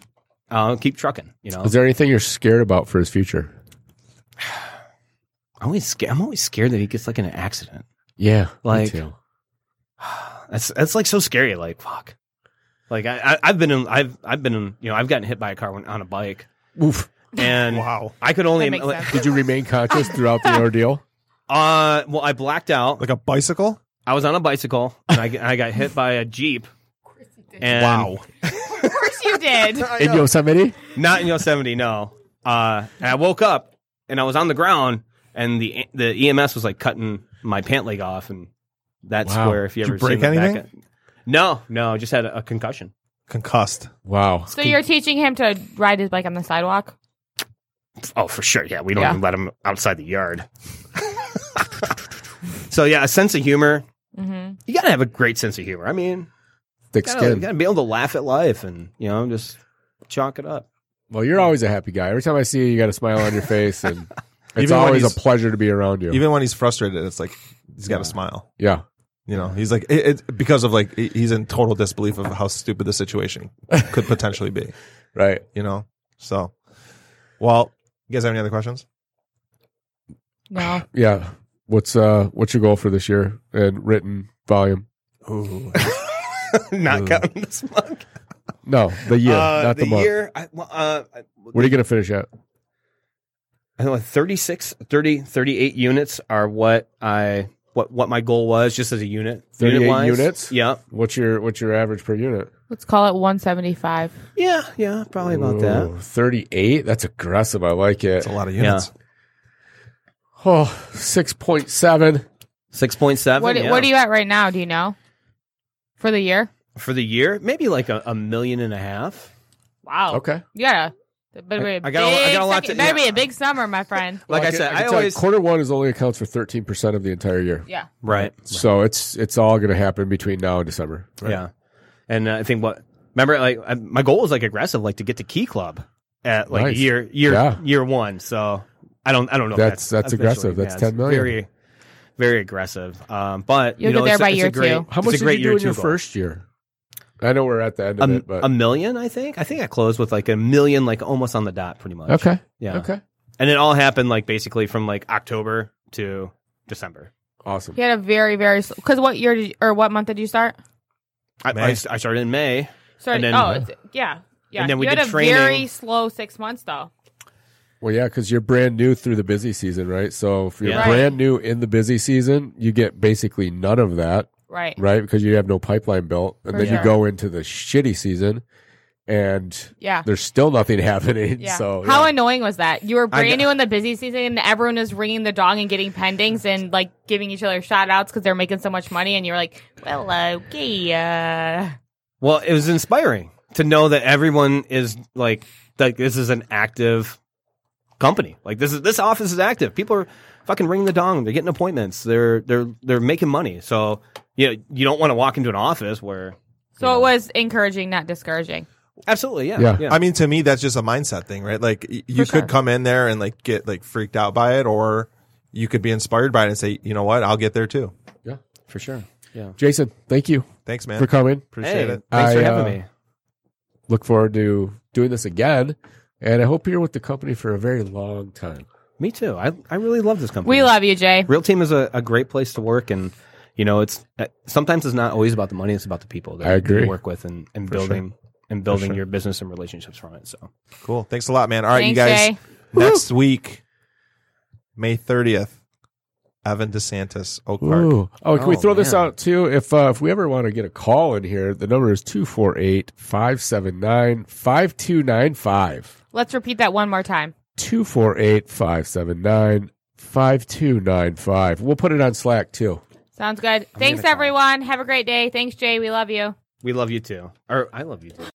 Speaker 5: I'll keep trucking. You know,
Speaker 3: is there anything you're scared about for his future?
Speaker 5: I'm always scared. I'm always scared that he gets like in an accident.
Speaker 3: Yeah, me
Speaker 5: Like-
Speaker 3: too.
Speaker 5: That's that's like so scary. Like fuck. Like I, I I've been in I've I've been in you know I've gotten hit by a car when, on a bike
Speaker 3: Oof.
Speaker 5: and
Speaker 2: Wow.
Speaker 5: I could only
Speaker 4: That makes
Speaker 5: like,
Speaker 4: sense.
Speaker 3: Did you remain conscious throughout the ordeal?
Speaker 5: Uh, well, I blacked out.
Speaker 2: Like a bicycle?
Speaker 5: I was on a bicycle and I, I got hit by a jeep. And
Speaker 2: Wow.
Speaker 4: Of course you did.
Speaker 3: In Yosemite?
Speaker 5: Not in Yosemite, no. Uh, and I woke up and I was on the ground and the the EMS was like cutting my pant leg off and that's
Speaker 3: Wow.
Speaker 5: where if you
Speaker 2: Did you
Speaker 5: ever
Speaker 2: break
Speaker 5: seen the back
Speaker 2: anything?
Speaker 5: end- no, no, I just had a, a concussion.
Speaker 2: Concussed.
Speaker 3: Wow.
Speaker 4: So you're teaching him to ride his bike on the sidewalk?
Speaker 5: Oh, for sure. Yeah, we don't
Speaker 4: Yeah.
Speaker 5: even let him outside the yard. so yeah, a sense of humor.
Speaker 4: Mm-hmm.
Speaker 5: You gotta have a great sense of humor. I mean,
Speaker 3: Thick
Speaker 5: gotta,
Speaker 3: skin.
Speaker 5: gotta be able to laugh at life and you know just chalk it up.
Speaker 3: Well, you're always a happy guy. Every time I see you, you got a smile on your face, and it's
Speaker 2: Even when
Speaker 3: always
Speaker 2: he's-
Speaker 3: a pleasure to be around you.
Speaker 2: Even when he's frustrated, it's like he's got a smile.
Speaker 3: yeah.
Speaker 2: You know, he's like it, it, because of like he- he's in total disbelief of how stupid the situation could potentially be.
Speaker 3: Right.
Speaker 2: You know, so well, you guys have any other questions?
Speaker 4: No.
Speaker 3: Yeah. What's uh what's your goal for this year and written volume?
Speaker 2: Ooh,
Speaker 5: not
Speaker 2: Ooh.
Speaker 5: counting this month.
Speaker 3: No, the year,
Speaker 5: Uh,
Speaker 3: Mm. not the, month.
Speaker 5: year. I, well, uh, I-
Speaker 3: What are you gonna finish at?
Speaker 5: I don't know, 36, 30, 38 units are what I what what my goal was just as a unit.
Speaker 3: 38
Speaker 5: unit-wise.
Speaker 3: units?
Speaker 5: Yeah.
Speaker 3: What's your what's your average per unit?
Speaker 4: Let's call it 175.
Speaker 5: Yeah. Yeah. Probably about that.
Speaker 3: Thirty eight? That's aggressive. I like it.
Speaker 2: that's a lot of units.
Speaker 3: Oh, 6.7.
Speaker 5: Six point seven.
Speaker 4: What,
Speaker 5: yeah.
Speaker 4: what are you at right now? Do you know? For the year?
Speaker 5: for the year? Maybe like a, a million and a half. Oh.
Speaker 4: Wow.
Speaker 3: Okay.
Speaker 4: You gotta. It better be a
Speaker 5: I got a- I
Speaker 4: big
Speaker 5: got a lot
Speaker 4: second-
Speaker 5: to-
Speaker 4: better
Speaker 5: yeah.
Speaker 4: be a big summer, my friend.
Speaker 5: Like I
Speaker 3: can-
Speaker 5: said,
Speaker 3: can
Speaker 5: I,
Speaker 3: tell you
Speaker 5: always
Speaker 3: quarter one is only accounts for thirteen percent of the entire year.
Speaker 4: Yeah.
Speaker 5: right.
Speaker 3: So it's it's all gonna happen between now and December.
Speaker 5: Yeah. And uh, I think what remember like I, my goal was like aggressive, like to get to Key Club at like
Speaker 3: Nice.
Speaker 5: year year
Speaker 3: Yeah.
Speaker 5: year one. So I don't I don't know. if
Speaker 3: That's- that's aggressive.
Speaker 5: officially-
Speaker 3: That's
Speaker 5: it's
Speaker 3: 10 million.
Speaker 5: Very very aggressive. Um, but
Speaker 4: You'll
Speaker 5: you
Speaker 4: get
Speaker 5: know,
Speaker 4: there
Speaker 5: it's, a-
Speaker 4: by
Speaker 5: it's a
Speaker 4: year
Speaker 5: great,
Speaker 4: two.
Speaker 3: How
Speaker 5: it's
Speaker 3: much
Speaker 5: a
Speaker 3: did
Speaker 5: great
Speaker 3: you
Speaker 5: year
Speaker 3: do in
Speaker 5: two
Speaker 3: your
Speaker 5: goal.
Speaker 3: first year? I know we're at the end
Speaker 5: A,
Speaker 3: of
Speaker 5: m-
Speaker 3: it, but
Speaker 5: a million, I think. I think I closed with like a million, like almost on the dot, pretty much.
Speaker 3: okay,
Speaker 5: Yeah.
Speaker 3: okay,
Speaker 5: And it all happened like basically from like October to December.
Speaker 3: awesome.
Speaker 4: He had a very, very. Because what year did you, or what month did you start?
Speaker 5: I,
Speaker 2: May.
Speaker 5: I, I started in May.
Speaker 4: Sorry.
Speaker 5: And then-
Speaker 4: oh, it's, yeah. Yeah.
Speaker 5: And then we
Speaker 4: you
Speaker 5: did
Speaker 4: had a
Speaker 5: training.
Speaker 4: very slow six months, though.
Speaker 3: Well, yeah, because you're brand new through the busy season, right? So if you're
Speaker 5: Yeah.
Speaker 3: brand new in the busy season, you get basically none of that,
Speaker 4: Right.
Speaker 3: right? Because you have no pipeline built, and
Speaker 4: For
Speaker 3: then
Speaker 4: sure.
Speaker 3: you go into the shitty season, and
Speaker 4: Yeah.
Speaker 3: there's still nothing happening.
Speaker 4: Yeah.
Speaker 3: So
Speaker 4: How
Speaker 3: yeah.
Speaker 4: annoying was that? You were brand
Speaker 5: know.
Speaker 4: new in the busy season, and everyone was ringing the dong and getting pendings and like giving each other shout outs because they're making so much money, and you're like, "Well, okay, uh,
Speaker 5: Well, it was inspiring to know that everyone is like like this is an active company. Like this is this office is active. People are fucking ringing the dong. They're getting appointments. They're they're they're making money. So you know, you don't want to walk into an office where
Speaker 4: So it was encouraging, not discouraging.
Speaker 5: absolutely yeah
Speaker 3: Yeah.
Speaker 2: I mean, to me, that's just a mindset thing, right? Like y- you
Speaker 4: For sure.
Speaker 2: could come in there and like get like freaked out by it, or you could be inspired by it and say, you know what, I'll get there too.
Speaker 5: for sure. Yeah.
Speaker 3: Jason, thank you
Speaker 2: Thanks, man.
Speaker 3: for coming.
Speaker 2: Appreciate
Speaker 5: hey,
Speaker 2: it.
Speaker 5: Thanks for
Speaker 3: I,
Speaker 5: having
Speaker 3: uh,
Speaker 5: me.
Speaker 3: Look forward to doing this again, and I hope you're with the company for a very long time.
Speaker 5: Me too. I I really love this company.
Speaker 4: We love you, Jay.
Speaker 5: Real Team is a, a great place to work and you know it's uh, sometimes it's not always about the money, it's about the people that
Speaker 3: I agree.
Speaker 5: you work with and, and building and building your business and relationships from it. So
Speaker 2: Cool. Thanks a lot, man. All right,
Speaker 4: Thanks,
Speaker 2: you guys.
Speaker 4: Jay.
Speaker 2: Next week, May thirtieth, Evan DeSantis, Oak Park.
Speaker 3: Ooh. Oh, can we
Speaker 5: Oh,
Speaker 3: throw this
Speaker 5: man.
Speaker 3: out too? If uh, if we ever want to get a call in here, the number is 248 579 5295.
Speaker 4: Let's repeat that one more time.
Speaker 3: 248 579 5295. We'll put it on Slack too.
Speaker 4: Sounds good. Thanks,
Speaker 5: gonna call.
Speaker 4: everyone. Have a great day. Thanks, Jay. We love you.
Speaker 5: we love you too. Or I love you too.